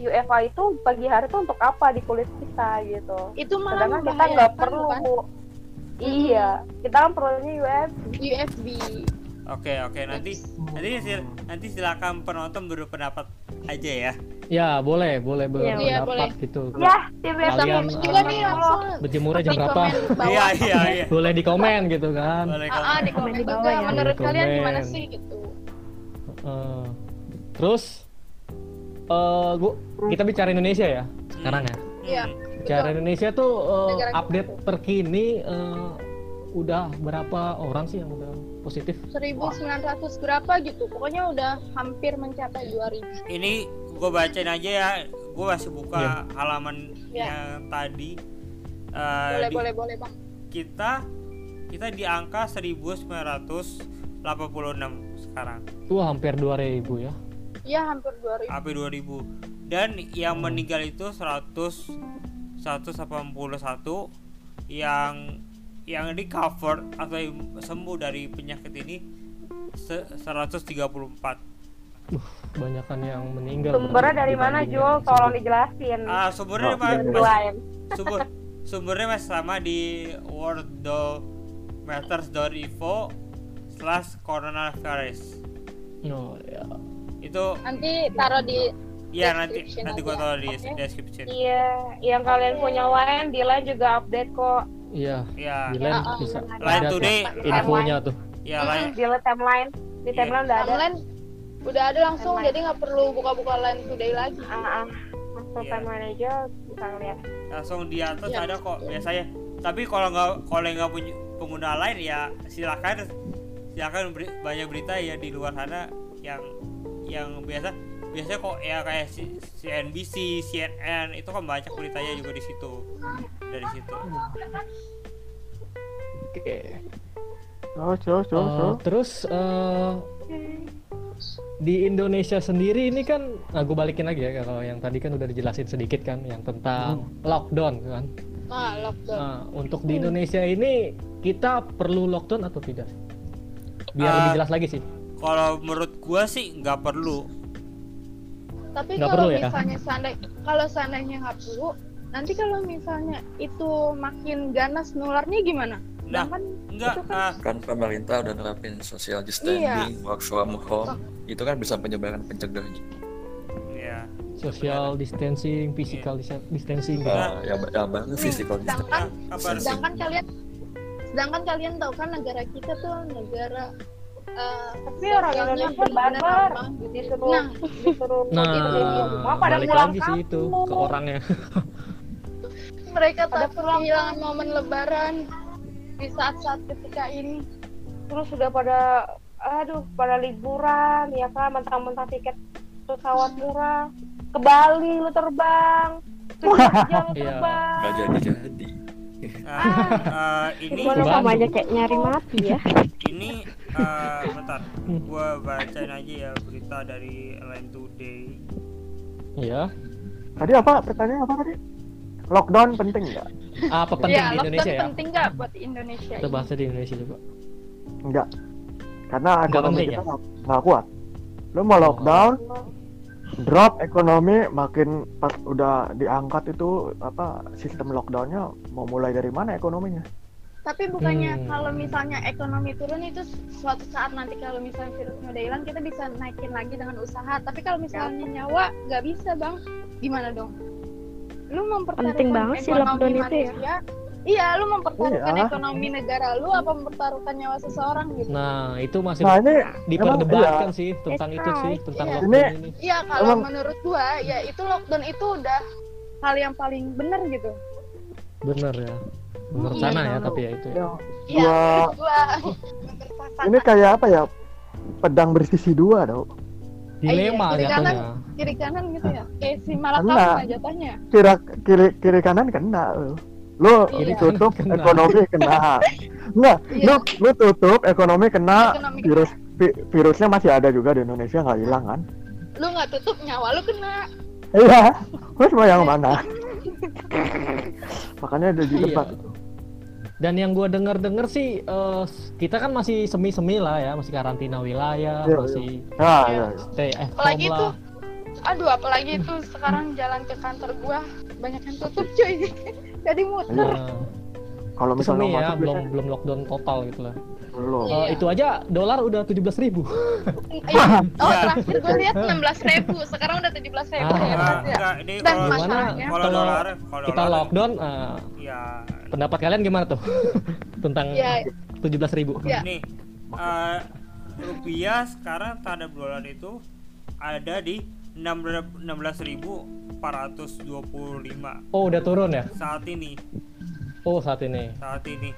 S3: UFA itu pagi hari tuh untuk apa di kulit kita gitu.
S8: itu malah
S3: Sedangkan kita
S8: membahayakan,
S5: kan
S3: nggak perlu. kan?
S5: bukan?
S3: Iya, kita kan perlunya UFA.
S5: USB.
S2: Oke oke nanti nanti sil- nanti silakan penonton berpendapat aja ya.
S1: Ya, boleh, boleh berpendapat
S5: Iya, boleh.
S1: gitu.
S3: Ya, tim
S1: Kalian,
S5: Sama
S1: Kalian,
S5: juga
S1: eh,
S5: nih langsung
S1: Berjemurnya
S5: di
S1: jam berapa?
S5: komen di bawah.
S2: Iya iya iya.
S1: Boleh di komen gitu kan.
S2: Boleh
S5: Ah, ah,
S2: kalau
S5: di komen
S7: Komen di
S5: juga
S7: bawah ya.
S5: menurut
S1: Di
S5: kalian
S1: komen.
S5: gimana sih gitu.
S1: Eh, terus eh gua, kita bicara Indonesia ya sekarang ya.
S5: Iya.
S1: Bicara
S5: Betul.
S1: Indonesia tuh eh,
S5: Negara kita
S1: update
S5: tuh.
S1: terkini eh, udah berapa orang sih yang udah positif?
S5: 1900 berapa gitu. Pokoknya udah hampir mencapai 2000.
S2: ini gue bacain aja ya. Gue masih buka
S1: Iya.
S2: halaman
S5: Iya.
S2: yang tadi. Eh,
S5: Boleh
S2: di-
S5: boleh boleh, Bang.
S2: Kita kita di angka 1986 sekarang.
S1: Tuh hampir 2000 ya.
S5: Iya, hampir 2000.
S2: AP 2000 dan yang
S6: Hmm.
S2: meninggal itu 100 181 yang yang recover atau yang sembuh dari penyakit ini se- 134
S1: Banyakan yang meninggal.
S3: Sumbernya
S1: berarti
S3: dari mana,
S1: dibanding
S3: Jul?
S1: yang
S3: Tolong
S1: sembuh.
S3: dijelasin.
S2: ah sumbernya
S6: Oh,
S2: mas,
S6: iya.
S2: mas-
S3: Lain.
S2: sumber sumbernya masih sama di worldometers.info slash coronavirus
S1: Oh, ya.
S2: itu
S5: Nanti taruh di
S2: ya nanti
S5: Description
S2: nanti gua
S5: aja.
S2: taruh di
S5: Oke.
S2: description
S3: Iya, yang kalian punya lain, di lain juga update kok.
S1: Iya,
S2: ya
S1: di lain
S5: ah,
S1: bisa.
S5: lain
S2: lain
S1: Ada tuh
S2: today
S1: infonya tuh.
S2: ya lain
S3: Di lain timeline, di
S2: Iya.
S3: timeline udah ada.
S5: online udah ada langsung
S3: Online.
S5: jadi nggak perlu buka-buka line today lagi
S3: Ah, ah. Masuk
S2: Iya.
S3: timeline aja bisa ngeliat.
S2: langsung di atas
S5: Iya.
S2: ada kok biasanya tapi kalau nggak kalau yang nggak punya pengguna lain ya silakan silakan beri- banyak berita ya di luar sana yang yang biasa biasanya kok ya kayak si- CNBC, CNN itu kan banyak beritanya juga di situ dari situ.
S1: Oke.
S4: Terus, terus, terus,
S1: Eh,
S4: terus.
S1: terus eh, di Indonesia sendiri ini kan, nah gue balikin lagi ya kalau yang tadi kan udah dijelasin sedikit kan yang
S3: Hmm.
S1: tentang lockdown kan.
S3: Ah,
S5: nah lockdown
S1: Nah, untuk di Indonesia ini kita perlu lockdown atau tidak? Biar
S2: Ah.
S1: lebih jelas lagi sih.
S2: Kalau menurut gua sih nggak perlu.
S1: nggak
S5: tapi kalau
S1: perlu ya?
S5: misalnya seandai kalau seandainya nggak perlu nanti kalau misalnya itu makin ganas nularnya gimana
S2: Nah,
S5: Sedangkan
S2: nggak
S5: itu
S2: ah,
S6: kan pemerintah udah nerapin social distancing,
S5: Iya.
S6: work from home, itu kan bisa penyebaran pencegah juga.
S2: ya.
S1: Social distancing, physical disa-
S2: Iya.
S1: distancing. gitu.
S6: Nah, ya, ya banget physical distancing.
S5: Iya. sedangkan
S2: Kabar
S6: Sedang-
S5: [laughs] sedangkan kalian sedangkan kalian tahu kan negara kita tuh negara eh,
S3: Tapi orang
S5: sosialnya
S3: Indonesia
S5: benar-benar
S3: barbar.
S5: ramah, gitu.
S3: Disuruh,
S5: Nah.
S3: disuruh gitu di rumah
S1: Nah,
S3: pada
S1: balik
S3: pulang
S1: lagi sih itu ke
S3: kampung.
S1: orangnya. [laughs]
S5: mereka
S3: Ada
S5: tak
S3: peluang.
S5: kehilangan momen lebaran di saat-saat ketika ini
S3: Terus sudah pada aduh pada liburan ya kan mentang-mentang tiket pesawat murah ke Bali lu terbang ke Jogja lu
S1: Iya.
S3: terbang
S6: Nggak jadi-jadi.
S2: ah, ah, ini
S1: Ke
S7: Itu sama
S1: Bandung.
S7: aja kayak nyari
S3: Oh.
S7: mati ya.
S2: ini eh bentar gua bacain aja ya berita dari Line Today
S1: Iya.
S4: Tadi apa? Pertanyaan apa tadi? Lockdown penting nggak?
S1: Apa penting
S5: ya
S1: di
S5: lockdown
S1: Indonesia ya?
S5: penting nggak buat Indonesia
S1: Kita bahasnya di Indonesia coba.
S4: Enggak. Karena ekonomi
S1: penting
S4: kita
S1: ya?
S4: nggak nggak kuat. Lu mau lockdown, drop ekonomi makin pas udah diangkat itu apa sistem lockdownnya mau mulai dari mana ekonominya?
S5: Tapi bukannya
S1: Hmm.
S5: kalau misalnya ekonomi turun itu suatu saat nanti kalau misalnya virusnya udah hilang kita bisa naikin lagi dengan usaha. Tapi kalau misalnya
S7: Ya.
S5: nyawa nggak bisa bang, gimana dong? Lu mempertaruhkan
S7: Penting banget sih
S5: ekonomi
S7: lockdown itu ya.
S5: manusia, Iya, lu mempertaruhkan
S4: Iya.
S5: ekonomi negara lu apa mempertaruhkan nyawa seseorang gitu?
S1: Nah, itu masih
S4: Nah ini emang
S1: diperdebatkan
S4: iya.
S1: sih tentang
S7: That's
S1: itu sih,
S7: right.
S1: tentang
S5: Iya.
S1: lockdown ini.
S5: Iya, kalau
S4: Emang-
S5: menurut gua ya itu lockdown itu udah hal yang paling benar gitu.
S1: Bener ya. Bener
S5: Iya,
S1: sana ya
S7: kalau-
S1: tapi ya itu ya.
S4: Yang
S5: Iya,
S4: Dua-
S5: menurut gua. Berpasangan.
S4: ini kayak apa ya? Pedang bersisi dua tau.
S1: Dilema
S5: iya, kiri
S1: jatuhnya.
S5: kiri kanan gitu ya. Kayak si
S4: Enggak.
S5: Malakam jatuhnya.
S4: Kira kiri kiri kanan kena lu. Lu
S5: Iya.
S4: tutup
S1: Kiri kanan kena.
S4: ekonomi kena. Enggak,
S5: Iya.
S4: lu lu tutup ekonomi kena
S5: Ekonomi kena.
S4: virus vi- virusnya masih ada juga di Indonesia nggak hilang kan?
S5: lu nggak tutup nyawa lu kena
S4: Iya. Terus mau yang mana? [laughs] Makanya ada di
S1: Iya.
S4: debat.
S1: Dan yang gua dengar-dengar sih eh, s- kita kan masih semi-semi lah ya, masih karantina wilayah,
S4: Iya,
S1: masih
S4: Ah, iya. iya.
S1: stay at home
S5: Apalagi
S1: lah.
S5: tuh aduh apalagi itu sekarang jalan ke kantor gua banyak yang tutup cuy [laughs] jadi muter
S1: Nah,
S4: Kalau
S1: itu
S4: misalnya
S1: semi ya,
S4: mau masuk
S1: belum
S4: biasanya
S1: belum lockdown total gitu lah.
S4: belum.
S1: Eh, itu aja dolar udah 17.000 ribu.
S5: Iya.
S1: [laughs]
S5: oh terakhir gua lihat 16.000 sekarang udah
S1: Ah.
S5: 17.000 ya
S2: Nah,
S5: Mas, ya
S2: enggak, ini
S5: Dan
S2: kalau
S5: masalahnya-
S2: kalau
S1: Kalau
S2: dolar, kalau
S1: Kita
S2: dolar,
S1: lockdown eh,
S2: ya,
S1: pendapat kalian gimana tuh [laughs] tentang
S5: Iya.
S1: 17.000 ribu?
S5: Iya.
S2: nih eh, rupiah sekarang terhadap dolar itu ada di 16.425
S1: Oh udah turun ya?
S2: saat ini
S1: Oh saat ini.
S2: saat ini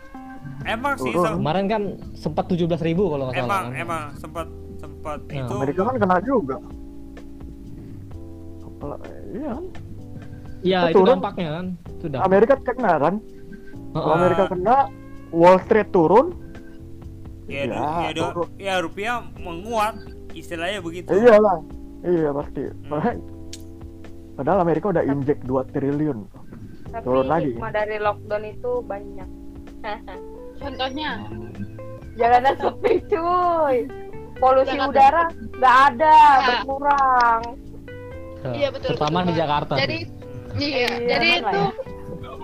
S2: emang sih
S4: Turun.
S2: se-
S1: Kemarin kan sempat 17.000 kalau nggak salah.
S2: emang
S1: kan?
S2: emang sempat sempat
S1: Nah,
S2: itu ya,
S4: Amerika kan kena juga. Kepala, iya kan?
S1: Iya
S4: Oh,
S1: itu
S4: turun.
S1: dampaknya kan. Itu dampak.
S4: Amerika kena kan? Kalau
S1: Heeh.
S4: Amerika kena, Wall Street turun.
S2: ya, du-
S4: Ya,
S2: ya, du-
S4: turun.
S2: ya rupiah menguat istilahnya begitu
S4: Iya lah. Iya pasti.
S1: Hmm.
S4: Padahal Amerika udah injek 2 triliun.
S3: Tapi
S4: Turun lagi.
S3: hikmah dari lockdown itu banyak.
S5: contohnya
S3: Jalanan sepi cuy. Polusi
S5: Jangan
S3: udara nggak ada,
S5: Ya.
S3: berkurang.
S1: Nah,
S5: Iya, betul,
S1: Terutama
S5: betul
S1: di
S5: banget.
S1: Jakarta.
S5: jadi
S1: sih.
S5: iya
S3: Iya,
S5: jadi
S3: bener lah
S5: itu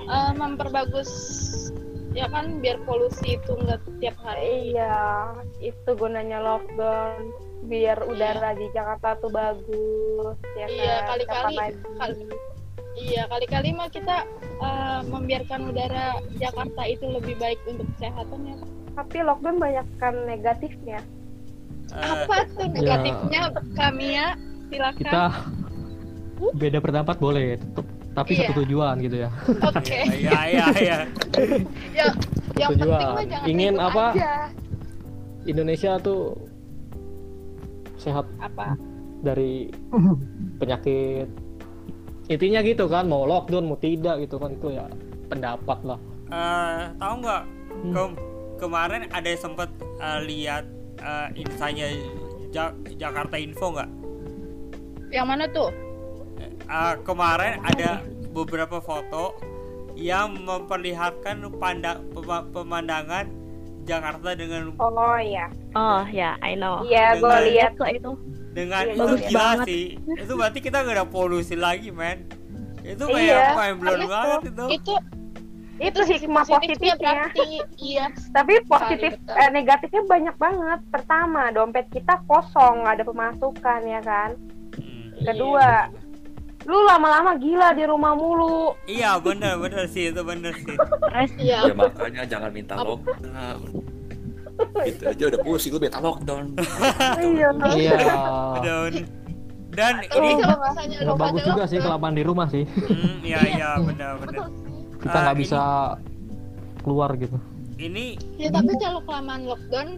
S5: eh, memperbagus ya kan biar polusi itu enggak tiap hari
S3: Iya, itu gunanya lockdown biar udara di Jakarta tuh bagus ya
S5: Iya,
S3: kan?
S5: kali-kali-
S3: Kapan lagi?
S5: kali- iya kali-kali mah kita eh, membiarkan udara Jakarta itu lebih baik untuk kesehatan ya
S3: tapi lockdown banyak kan negatifnya
S1: Ah.
S2: Eh,
S5: apa
S1: Iya.
S5: tuh negatifnya kami ya silakan
S1: kita [laughs] beda pendapat boleh tetap tapi
S5: kan- Iya.
S1: satu tujuan gitu ya.
S5: oke
S2: ya ya ya
S5: Ya, yang
S1: Tujuan.
S5: penting mah jangan
S1: Ingin
S5: ribut
S1: apa?
S5: aja.
S1: Indonesia tuh sehat
S5: apa
S4: [laughs]
S1: dari penyakit. Intinya gitu kan, mau lockdown mau tidak gitu kan itu ya pendapat lah.
S2: Eh, tahu nggak
S3: Hmm.
S2: Ke- kemarin ada sempat lihat eh, insanya Ja- Jakarta Info nggak?
S5: yang mana tuh
S2: Eh, kemarin ada beberapa foto yang memperlihatkan panda- pema- pemandangan Jakarta dengan
S3: oh iya
S7: Oh ya,
S4: Ah,
S7: I know.
S3: iya gue
S2: Dengan-
S3: lihat
S7: Kok itu?
S2: dengan
S3: Iya,
S2: itu
S3: bagus
S2: gila
S7: banget.
S2: sih. Itu berarti kita nggak ada polusi lagi, men. Itu
S3: Iya, gitu.
S2: kayak main blown
S5: itu-
S2: banget itu.
S5: itu
S3: itu hikmah
S5: positifnya
S3: positifnya
S5: berarti iya
S3: tapi positif
S5: betul.
S3: eh, negatifnya banyak banget pertama dompet kita kosong nggak ada pemasukan ya kan
S2: Hmm.
S3: kedua
S5: Iya.
S3: lu lama-lama gila di rumah mulu
S2: Iya, bener bener sih itu bener sih.
S7: Terus
S5: iya
S6: ya makanya jangan minta lockdown gitu aja udah pusing lu minta lockdown
S3: iya
S1: Iya.
S2: Dan dan
S5: tapi
S2: ini
S5: kalau misalnya lu
S1: Nggak Ya, bagus
S5: pada
S1: juga sih
S5: lockdown,
S1: kelamaan di rumah sih.
S2: hmm, ya ya bener bener.
S5: betul sih.
S1: Kita
S2: Ah,
S1: nggak
S2: ini-
S1: bisa keluar gitu.
S2: Ini
S5: ya tapi kalau kelamaan lockdown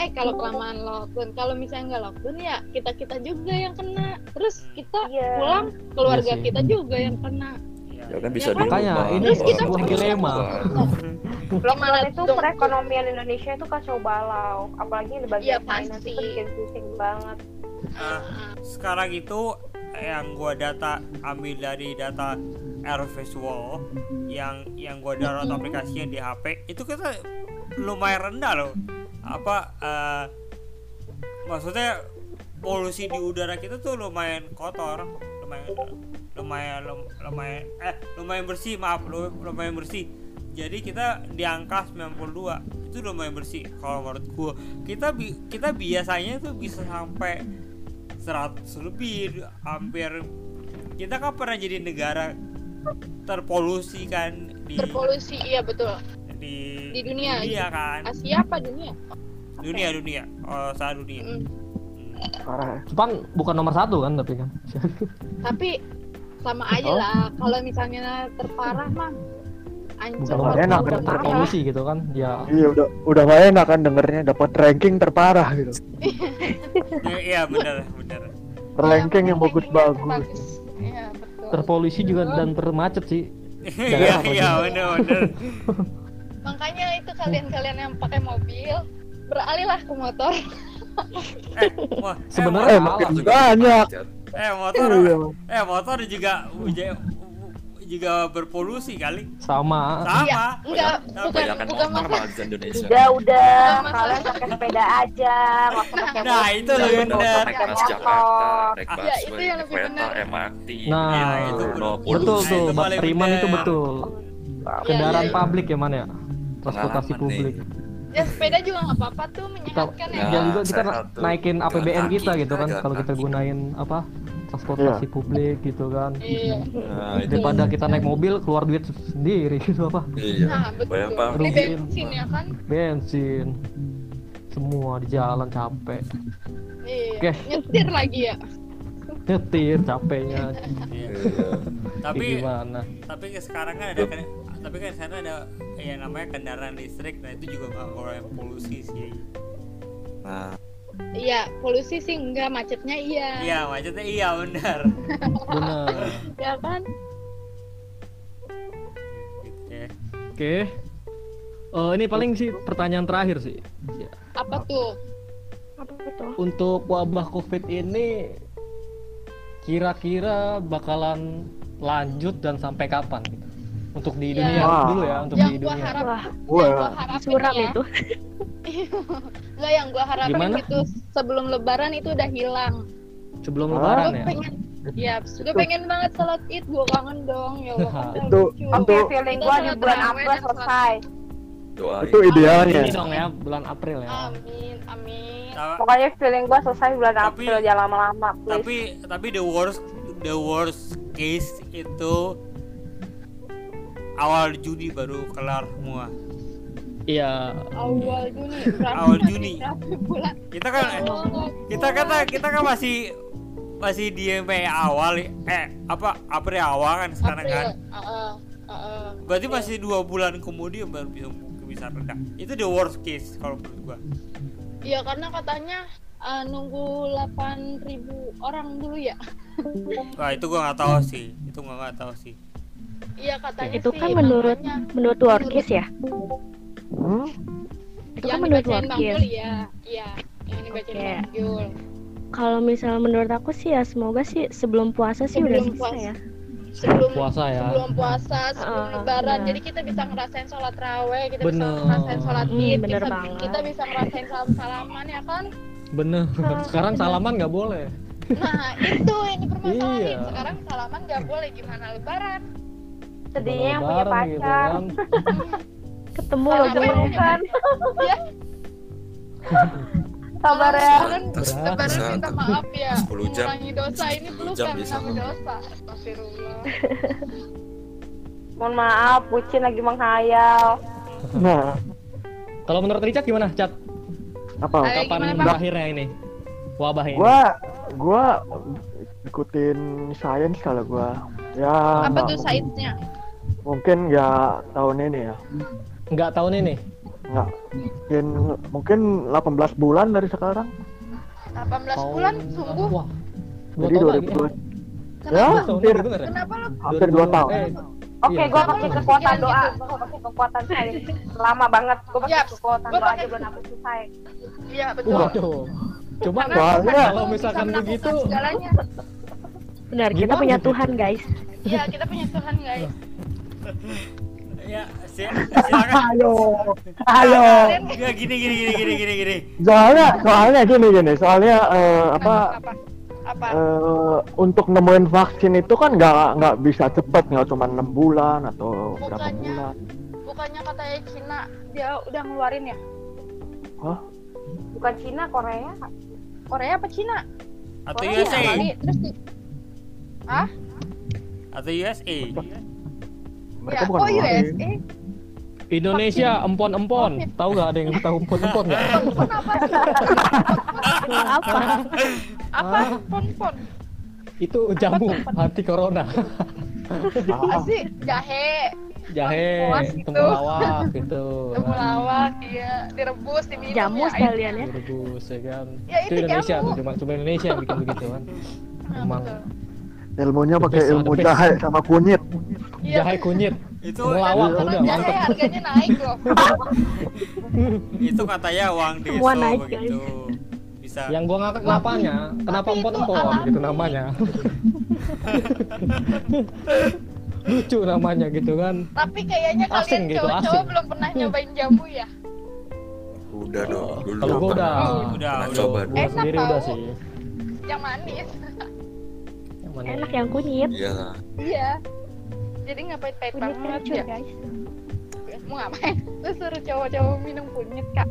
S5: eh kalau kelamaan lockdown kalau misalnya nggak lockdown ya kita kita juga yang kena terus kita
S3: Iya.
S5: pulang keluarga
S1: Iya sih.
S5: kita juga yang kena
S2: ya.
S6: ya kan bisa
S5: Ya kan?
S1: Makanya,
S6: dirubah.
S1: ini
S5: terus kita
S1: sebuah
S5: punya
S1: dilema.
S5: lockdown.
S1: Hmm.
S3: Lockdown
S5: Malah
S3: itu
S5: dong.
S3: perekonomian Indonesia itu kacau balau, apalagi di
S5: Iya,
S3: bagian finance
S5: pasti.
S3: itu bikin pusing banget.
S2: Nah, sekarang itu yang gua data ambil dari data Air Visual yang yang gua download aplikasinya di HP itu kita lumayan rendah loh apa eh, maksudnya polusi di udara kita tuh lumayan kotor lumayan lumayan lum- lumayan eh lumayan bersih maaf lu- lumayan bersih jadi kita di angka 92 itu lumayan bersih kalau menurut gua kita bi- kita biasanya tuh bisa sampai 100 lebih hampir kita kan pernah jadi negara terpolusi kan di
S5: terpolusi iya betul
S2: di,
S5: di dunia. gitu.
S2: dunia kan
S5: Asia apa dunia
S2: dunia dunia oh saat dunia
S5: Mm.
S2: Hmm.
S4: Parah. ya.
S1: Jepang bukan nomor satu kan tapi kan. [laughs]
S5: tapi sama aja
S4: Oh.
S5: lah kalau misalnya terparah mah
S1: Bukan
S5: ancur
S1: nomor
S4: enak,
S1: satu
S4: enak.
S1: terpolusi gitu kan. Ya
S4: Iya udah udah gak enak kan dengernya dapat ranking terparah gitu.
S2: Ya, iya benar benar
S4: Ranking yang bagus-bagus.
S5: bagus iya betul
S1: terpolusi juga dan termacet sih.
S2: iya
S1: apa
S2: iya
S1: gitu?
S2: benar benar
S5: makanya itu kalian-kalian yang pakai mobil beralihlah ke motor
S2: eh wah eh,
S1: Sebenarnya
S4: Eh
S1: Salah
S4: makin
S6: juga
S4: banyak.
S6: macet.
S2: eh motor
S4: Iya.
S2: eh motor juga uja- juga berpolusi kali
S1: sama
S2: sama
S5: Enggak,
S2: Nah,
S5: bukan
S6: Kebanyakan
S5: bukan
S6: motor
S5: masalah.
S6: malah di kan Indonesia.
S3: udah udah
S5: Nggak masalah.
S3: kalian pakai sepeda aja nggak usah pakai
S2: Nah,
S3: mobil.
S2: itu
S6: Jangan
S2: lebih
S6: lupa
S2: bener.
S6: naik
S3: Pakai
S6: Transjakarta,
S3: motor.
S6: naik
S2: Ah,
S5: iya,
S6: busway,
S5: itu yang
S6: naik
S5: lebih
S6: kereta,
S5: bener.
S6: MRT.
S1: Nah,
S2: Ya,
S6: itu Iya,
S2: bener.
S6: no
S1: betul
S6: polusi.
S1: tuh
S2: Nah, itu
S1: Bang
S2: paling
S1: Triman
S2: bener.
S1: itu betul kendaraan
S5: iya.
S1: publik ya man ya transportasi
S6: Pengalaman nih.
S1: publik
S5: Ya sepeda juga nggak apa-apa tuh
S1: kita
S5: menyehatkan ya.
S6: Nah,
S1: ya juga kita
S6: sehat tuh.
S1: naikin
S6: Jalan
S1: APBN
S6: kaki,
S1: kita gitu kan
S6: jalan
S1: kalau kita
S6: kaki.
S1: gunain apa transportasi publik gitu kan
S5: Iya.
S6: Nah, itu
S1: daripada kita naik mobil keluar duit sendiri [laughs] gitu apa
S6: iya.
S5: Nah, betul.
S6: Bayang apa?
S5: Beli
S1: Rugiin.
S5: bensin ya kan?
S1: bensin semua di jalan capek [laughs]
S5: Iya.
S1: Oke.
S5: Nyetir lagi ya.
S1: nyetir capeknya
S6: Iya.
S2: tapi
S1: Kayak gimana
S2: tapi sekarang kan ada ken- tapi kan sana ada yang namanya kendaraan listrik nah itu juga nggak ngeluarin polusi sih
S6: Nah,
S5: Iya, polusi sih enggak, macetnya iya.
S2: iya macetnya iya benar
S1: benar
S5: Ya kan?
S2: gitu ya.
S1: oke Eh, ini paling sih pertanyaan terakhir sih Ya.
S5: Apa tuh?
S7: apa itu
S1: untuk wabah covid ini kira-kira bakalan lanjut dan sampai kapan gitu? untuk di
S5: Ya.
S1: dunia
S4: Wah.
S1: dulu ya untuk
S5: Yang
S1: di
S5: gua
S1: dunia
S5: harap
S7: wah
S5: yang
S1: Iya.
S5: gua
S4: Wah,
S5: harapin
S7: suram
S5: ya.
S7: itu
S5: Enggak yang gua harapin
S1: Gimana?
S5: itu sebelum lebaran itu udah hilang.
S1: sebelum
S4: Hah?
S1: lebaran
S5: Gua
S1: ya
S5: pengen Iya, gue pengen banget sholat id, gue kangen dong ya Allah. kan
S4: Itu-
S5: lucu.
S3: oke
S4: Untuk-
S3: feeling
S5: Kita
S3: gua di
S5: sholat
S3: bulan
S5: taraweh
S3: April
S5: dan sholat-
S3: selesai
S6: doain.
S4: itu idealnya
S1: ini dong ya bulan April ya
S5: Amin, amin.
S2: Ta-
S3: pokoknya feeling gua selesai bulan
S2: Tapi-
S3: April jangan lama-lama please
S2: tapi tapi the worst the worst case itu awal Juni baru kelar semua
S1: iya
S5: Awal
S7: [laughs]
S5: Juni, berarti
S2: Awal
S5: masih [laughs]
S2: Juni.
S5: berapa bulan?
S2: kita kan kita kata kita kan masih masih di MPA awal eh apa April awal kan sekarang
S5: April.
S2: kan
S5: Heeh, heeh.
S2: berarti masih dua bulan kemudian baru bisa bisa rendah itu the worst case kalau menurut gua
S5: Iya, karena katanya eh, nunggu 8000 orang dulu ya.
S2: Wah itu gua nggak tahu sih, itu gua nggak tahu sih.
S5: Iya katanya
S7: itu
S5: sih,
S7: kan menurut
S5: makanya
S7: menurut Workis ya
S4: Hmm?
S7: itu
S5: yang
S7: kan menurut
S5: dibacain Bang
S7: Workis
S5: Jul, iya. Iya, yang dibacain
S7: Oke.
S5: Bang Jul.
S7: kalau misal menurut aku sih ya semoga sih sebelum puasa sih udah
S5: Sebelum
S7: bisa
S5: puasa.
S7: ya
S1: sebelum
S5: Sebelum
S1: puasa ya
S5: sebelum puasa, sebelum
S7: Heeh,
S5: lebaran.
S7: iya.
S5: Jadi kita bisa ngerasain sholat raweh, kita
S1: Bener.
S5: bisa ngerasain sholat
S7: Hmm,
S5: id,
S7: bener
S5: kita,
S7: banget.
S5: kita bisa ngerasain salam-salaman ya kan. [laughs]
S1: bener sekarang salaman nggak boleh
S5: Nah, itu yang dipermasalahin.
S1: Iya.
S5: Sekarang salaman nggak boleh gimana lebaran.
S3: sedihnya yang punya
S1: Lebaran gitu
S3: pacar
S1: kan.
S7: ketemu
S5: Kalau
S7: loh
S5: gue
S7: gue
S5: [laughs] bukan. Ya.
S3: sabar ya
S5: Lebaran, lebaran
S6: Berat.
S5: minta maaf ya.
S6: 10 jam.
S5: Mengurangi dosa ini
S6: 10
S5: pelukan
S6: jam
S5: mengurangi
S6: bisa.
S5: dosa. Astagfirullah.
S3: mohon maaf bucin lagi menghayal
S4: Nah,
S1: kalau menurut Richard gimana Cat
S4: apa?
S1: kapan
S5: Ayo, Eh, gimana, Bang?
S1: berakhirnya ini wabah ini
S4: gua gua ikutin sains kalau gua ya
S5: Apa
S4: nggak-
S5: tuh sainsnya?
S4: mungkin ya tahun ini ya
S1: nggak tahun ini
S4: nggak mungkin mungkin 18 bulan dari sekarang
S5: 18
S1: Tahun-
S5: bulan sungguh.
S1: wah dua
S4: jadi
S1: tahun lagi eh,
S4: 2020 ya
S5: Kenapa?
S4: hampir
S1: bener ya?
S5: Kenapa lu
S4: hampir dua
S1: 2020.
S4: tahun
S1: Eh,
S3: Oke,
S1: Iya.
S3: gua pakai kekuatan
S5: Pikiran
S3: doa.
S5: gitu.
S3: Gua pakai kekuatan saya. Lama banget. Gua pakai
S5: Yaps.
S3: kekuatan
S5: Gua
S3: doa
S5: pakai-
S3: aja belum aku selesai.
S5: Iya, betul.
S1: waduh cuma
S5: Karena
S4: soalnya
S1: kalau
S5: Bisa
S1: misalkan
S5: melakukan
S1: begitu
S5: segalanya.
S7: benar kita
S1: Gimana
S7: punya
S1: gitu?
S7: Tuhan guys
S5: Iya, kita punya Tuhan, guys.
S2: Ya si silakan.
S4: ayo ayo
S2: Ya gini gini gini gini gini gini.
S4: soalnya soalnya gini gini soalnya eh, apa
S5: Apa? Apa?
S4: eh, untuk nemuin vaksin itu kan nggak nggak bisa cepet nggak cuma enam bulan atau berapa
S5: Bukannya.
S4: bulan
S5: Bukannya katanya Cina dia udah ngeluarin ya?
S4: Hah?
S3: Bukan Cina, Korea.
S5: Korea apa Cina?
S2: Atau
S5: Korea
S2: USA,
S5: kali,
S4: Eh,
S5: terus di... Hah?
S2: atau USA.
S4: mereka
S5: ya,
S4: bukan
S5: oh
S4: ngeluarin.
S5: USA.
S1: Indonesia empon-empon tahu nggak ada yang tahu empon-empon
S5: [laughs]
S1: nggak
S5: Kenapa sih?
S7: apa
S5: Apa? Pon-pon?
S1: itu jamu anti corona
S4: Ah,
S5: Apa sih? Jahe,
S1: jahe
S5: Puas gitu. [laughs]
S1: temulawak gitu
S5: temulawak, iya, direbus, diminum.
S7: jamu
S5: ya,
S7: sekalian ya
S1: direbus ya kan
S5: Ya,
S1: itu
S5: itu
S1: Indonesia
S5: jamu.
S1: tuh, cuma cuma Indonesia yang bikin begitu kan
S5: Nah,
S1: emang
S5: betul.
S4: ilmunya pakai
S1: Bisa,
S4: ilmu
S1: bisa.
S4: jahe sama kunyit
S5: Iya,
S1: jahe kunyit
S2: Itu
S1: temulawak
S5: kalau
S1: udah
S5: jahe
S1: mantep
S5: harganya naik loh.
S2: itu katanya uang
S7: Semua
S2: desa
S7: naik,
S2: begitu. Bisa bisa
S1: Yang gua ngakak kenapanya, kenapa
S5: itu
S1: empon-empon
S5: alami.
S1: gitu namanya. Lucu namanya gitu kan.
S5: Tapi kayaknya kalian
S1: Asing gitu,
S5: cowok-cowok
S1: asing.
S5: belum pernah nyobain jamu ya.
S6: Udah dong, dulu.
S1: Kalau gua udah,
S2: Udah,
S1: Kalau
S6: udah. Coba
S1: gua
S5: dulu.
S1: sendiri
S5: Enak
S1: udah
S5: tau.
S1: sih.
S5: Yang manis.
S1: Yang mana?
S7: Enak yang kunyit.
S6: Iya lah.
S5: Iya. Jadi nggak pahit-pahit
S7: Kunyit
S5: banget
S7: kencur,
S5: ya.
S7: guys.
S5: Mau ngapain? Lu suruh cowok-cowok minum kunyit, Kak.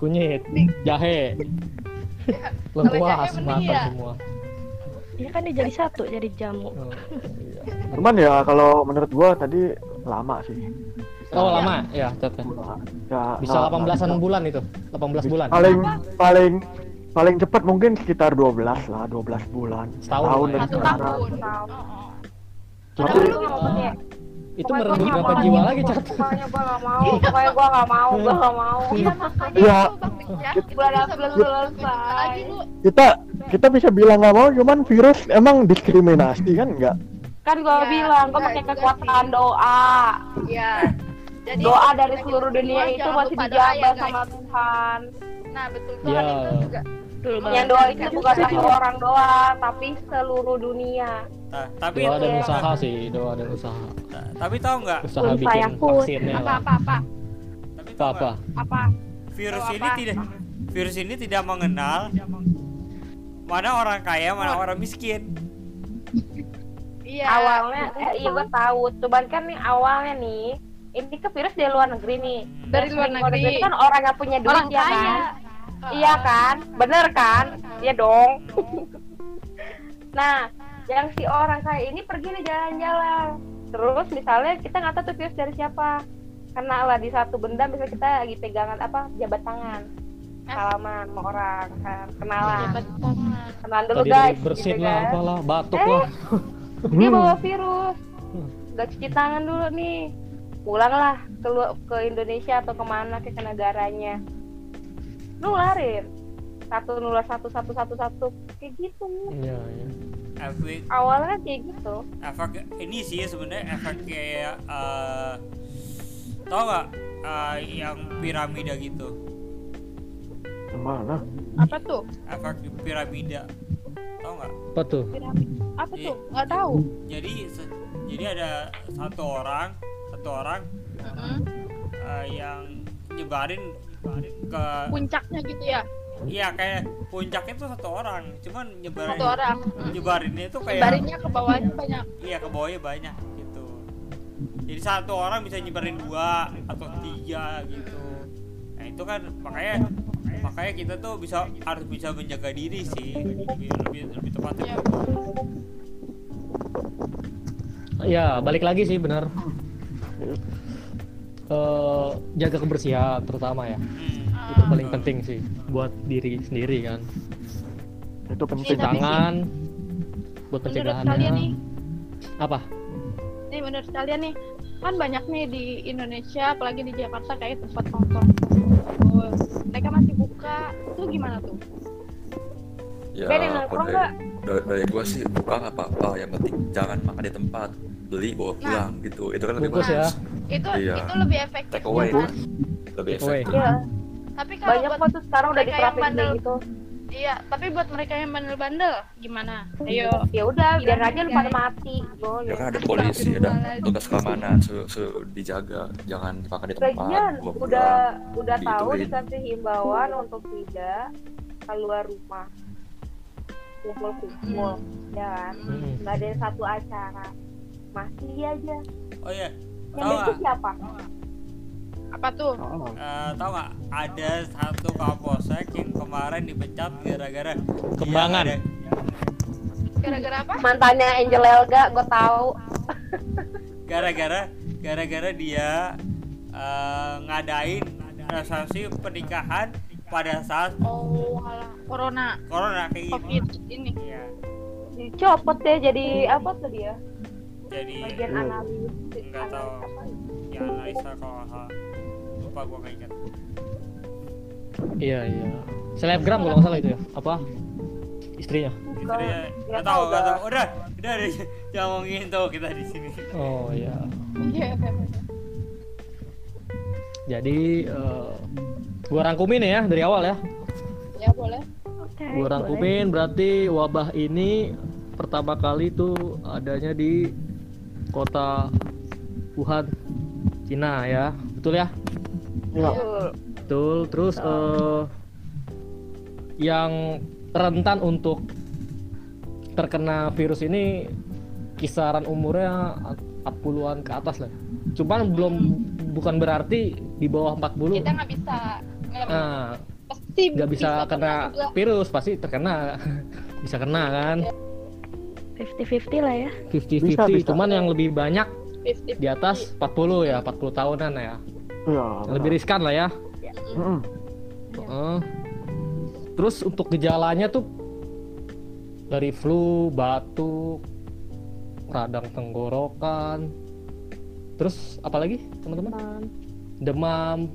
S1: Kunyit, jahe. Lengkuas,
S5: jahe mending
S1: matang
S5: ya.
S1: semua.
S7: Ya kan dia jadi satu jadi jamu.
S1: Oh, iya.
S4: Cuman ya kalau menurut gua tadi lama sih.
S1: Oh, lama ya, catnya.
S4: Ya,
S1: Bisa
S4: nggak-
S1: 18-an
S4: nggak-
S1: bulan itu. 18 bulan.
S4: Paling paling paling cepat mungkin sekitar 12 lah, 12 bulan.
S1: Setahun
S4: tahun
S1: lah ya.
S4: dari
S5: Satu
S4: sekarang.
S5: tahun.
S3: Tahu.
S5: Oh,
S3: Udah,
S4: Tapi
S3: lu nggak mau pakai.
S1: Itu
S3: Pokoknya
S1: merenggut
S3: gua nggak
S1: berapa
S3: mau
S1: jiwa
S3: lagi,
S1: lagi,
S3: gua-
S1: Cat?
S3: Pokoknya gua gak mau, pokoknya gua gak mau, gua gak mau.
S5: Iya, makanya
S4: Iya.
S5: itu Bang Rijal, kita
S3: Bulan
S5: bisa
S3: April
S5: belum-
S3: selesai.
S5: Lagi lu
S4: Kita kita bisa bilang nggak mau, cuman virus emang diskriminasi kan enggak?
S3: Kan gua
S5: Ya,
S3: bilang, gua
S5: enggak
S3: pakai
S5: juga
S3: kekuatan
S5: sih.
S3: doa.
S5: Iya. Jadi
S3: Doa dari seluruh
S5: kita
S3: dunia itu
S5: semua jangan
S3: masih
S5: lupa doa ya,
S3: dijaga
S5: guys.
S3: sama Tuhan.
S5: Nah, betul
S1: Iya.
S5: Tuhan itu juga.
S7: Betul
S3: Yang
S7: banget.
S3: doa
S5: Iya.
S3: itu bukan
S7: Justru
S3: satu orang doang, tapi seluruh dunia.
S2: Ta- tapi
S1: Doa dan
S3: Iya.
S1: usaha sih, doa dan usaha.
S2: ta- tapi tahu nggak
S1: Usaha
S3: Pun
S1: bikin
S3: saya pun.
S1: vaksinnya lah.
S5: Apa-apa-apa.
S2: tapi tahu
S1: Apa-apa.
S2: nggak,
S5: Apa?
S2: virus
S5: Tahu
S2: ini
S5: apa?
S2: tidak virus ini tidak mengenal mana orang kaya mana orang miskin
S5: Iya.
S3: Awalnya, eh, iya gua tahu. Cuman kan nih awalnya nih, ini ke virus dari luar negeri nih.
S5: Dari luar
S3: Dari
S5: negeri.
S3: kan orang yang punya duit
S5: Orang
S3: ya
S5: kaya.
S3: kan. Iya kan? Bener kan? Iya
S5: [laughs]
S3: dong. nah, yang si orang kaya ini pergi nih jalan-jalan. Terus misalnya kita nggak tahu tuh virus dari siapa. Karena lah di satu benda misalnya kita lagi pegangan apa jabat tangan. Salaman sama orang, kan. kenalan.
S5: Jabat tangan.
S3: Kenalan dulu
S1: Tadi dari
S3: guys.
S1: bersin
S3: gitu
S1: lah,
S3: kan.
S1: apalah, batuk
S3: Eh,
S1: lah.
S3: Dia
S4: Hmm.
S3: bawa virus.
S1: Hmm.
S3: Gak cuci tangan dulu nih. Pulanglah ke lu- ke Indonesia atau kemana ke negaranya. Nularin. Satu nular satu satu satu satu kayak gitu.
S1: Iya, iya.
S2: Efek
S3: Awalnya kan kayak gitu.
S2: efek ini sih sebenarnya efek kayak eh, tahu nggak eh, yang piramida gitu
S4: Mana?
S5: Apa tuh?
S2: efek piramida tahu nggak
S1: Apa tuh?
S5: Apa
S2: Iya.
S5: tuh? Nggak tahu.
S2: jadi se- jadi ada satu orang satu orang
S5: Mm-mm.
S2: eh, yang nyebarin nyebarin ke
S5: Puncaknya gitu ya.
S2: iya kayak puncaknya tuh satu orang cuman nyebarin
S1: Iya.
S5: Satu orang. Mm.
S2: nyebarinnya tuh
S1: ya?
S2: kayak
S5: Barinnya ke bawahnya banyak.
S2: iya ke bawahnya banyak gitu jadi satu orang bisa nyebarin dua atau tiga gitu nah itu kan makanya makanya kita tuh bisa harus bisa menjaga diri sih lebih lebih, lebih tepatnya
S5: Iya.
S1: Ya, balik lagi sih benar. Eh, jaga kebersihan terutama ya.
S2: Hmm.
S5: Ah.
S1: Itu paling penting sih buat diri sendiri kan.
S4: Itu
S1: Cuci
S4: penting.
S5: Iya, tapi-
S1: tangan buat
S5: Menurut kalian nih,
S1: pencegahannya. Apa?
S5: nih menurut kalian nih, kan banyak nih di Indonesia, apalagi di Jakarta kayak tempat nongkrong. Oh, mereka masih buka, tuh gimana tuh?
S6: Ya,
S3: Ben, yang
S6: kalau
S3: nongkrong
S6: dari, dari, dari ya gua sih buka nggak apa-apa. Yang penting jangan makan di tempat, beli bawa
S5: Nah.
S6: pulang gitu. Itu kan lebih
S1: Bungkus ya.
S6: bagus.
S5: Itu
S6: Iya.
S5: itu lebih efektif.
S6: Take away
S5: kan?
S6: lebih
S1: Takeaway.
S6: efektif.
S3: Iya,
S5: Tapi kalau
S3: banyak
S5: buat
S3: kok tuh sekarang udah
S5: mereka yang
S3: diterapin kayak
S5: bandel.
S3: gitu.
S5: iya, tapi buat mereka yang bandel-bandel gimana? Ayo.
S3: Ya udah,
S5: Iya,
S3: biar aja lu pada
S5: guys.
S3: mati. Gua
S6: Ya
S3: ya.
S6: kan ada polisi, ada tugas keamanan, suruh, suruh dijaga, jangan makan di tempat,
S3: Lagian
S6: bawa
S3: udah
S6: pulang.
S3: udah tahu
S6: Digituin.
S3: dikasih himbauan untuk tidak keluar rumah. Kumpul-kumpul, ya kan?
S5: Hmm.
S1: Mm-mm.
S3: nggak ada yang satu acara masih aja
S2: oh iya
S3: yang
S2: tahu
S3: itu
S2: nggak
S3: siapa
S5: Apa tuh?
S4: Oh.
S2: Eh, tahu nggak ada satu kapolsek yang kemarin dipecat gara-gara
S1: Kembangan.
S2: Iya, ada-
S5: Gara-gara apa?
S3: mantannya Angel Elga gue tahu
S2: gara-gara gara-gara dia eh, ngadain resepsi pernikahan pada saat
S5: Oh, alah, corona,
S2: corona kayak gini
S5: covid ini.
S2: Iya,
S3: dicopot deh jadi apa tuh dia
S2: jadi
S3: bagian
S4: Iya.
S3: analis
S2: Nggak tahu.
S3: analis apa ya?
S2: ya analisa kalau nggak salah. lupa gua nggak ingat
S1: Iya, iya. Selebgram kalau nggak salah itu ya. Apa? Istrinya.
S2: Gitu deh.
S3: nggak
S2: nggak
S3: tahu,
S2: tahu nggak
S3: nggak.
S2: tahu udah udah deh jangan ngomongin tuh kita di sini
S1: Oh iya.
S5: Iya.
S1: Jadi eh, Gua rangkumin ya dari awal ya.
S5: ya boleh
S7: Oke,
S1: Gua
S7: boleh.
S1: rangkumin berarti wabah ini pertama kali itu adanya di kota Wuhan, Cina ya. Betul ya?
S4: Ya.
S1: Betul. Terus eh, yang rentan untuk terkena virus ini kisaran umurnya 40-an ke atas lah. Cuman belum bukan berarti di bawah 40
S5: kita nggak bisa nggak
S1: nah,
S5: pasti
S1: nggak
S3: Iya,
S1: bisa kena
S5: juga.
S1: virus pasti terkena [laughs] bisa kena kan
S7: 50-50 lah ya.
S1: 50-50
S4: Bisa, bisa.
S1: cuman yang lebih banyak
S5: 50-50.
S1: di atas 40 ya 40 tahunan ya
S4: Iya.
S1: Yang lebih riskan lah ya
S4: Mm-mm.
S1: Heeh. terus untuk gejalanya tuh dari flu batuk radang tenggorokan terus apalagi teman-teman
S7: Um,
S1: demam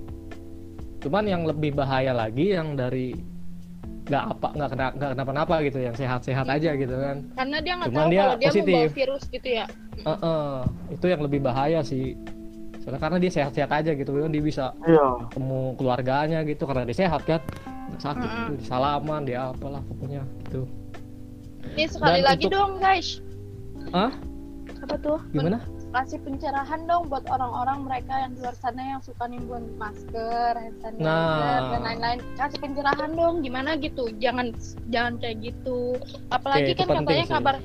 S1: cuman yang lebih bahaya lagi yang dari nggak apa nggak kena nggak kenapa-napa gitu yang sehat-sehat aja gitu kan
S5: karena dia nggak
S1: Cuman
S5: tahu
S1: dia
S5: kalau dia mau bawa
S1: positif.
S5: virus gitu ya
S1: Heeh, itu yang lebih bahaya sih soalnya karena dia sehat-sehat aja gitu kan dia bisa
S4: Iya.
S1: ketemu keluarganya gitu karena dia sehat kan Nggak sakit
S5: Mm-mm.
S1: gitu, dia salaman dia apalah pokoknya gitu
S5: ini sekali
S1: Dan
S5: lagi
S1: untuk-
S5: dong guys
S7: apa tuh?
S1: gimana
S5: kasih pencerahan dong buat orang-orang mereka yang di luar sana yang suka nimbun masker, hand sanitizer
S1: Nah.
S5: dan lain-lain. Kasih pencerahan dong gimana gitu. Jangan jangan kayak gitu. Apalagi
S1: Oke, itu
S5: kan katanya
S1: penting sih.
S5: kabar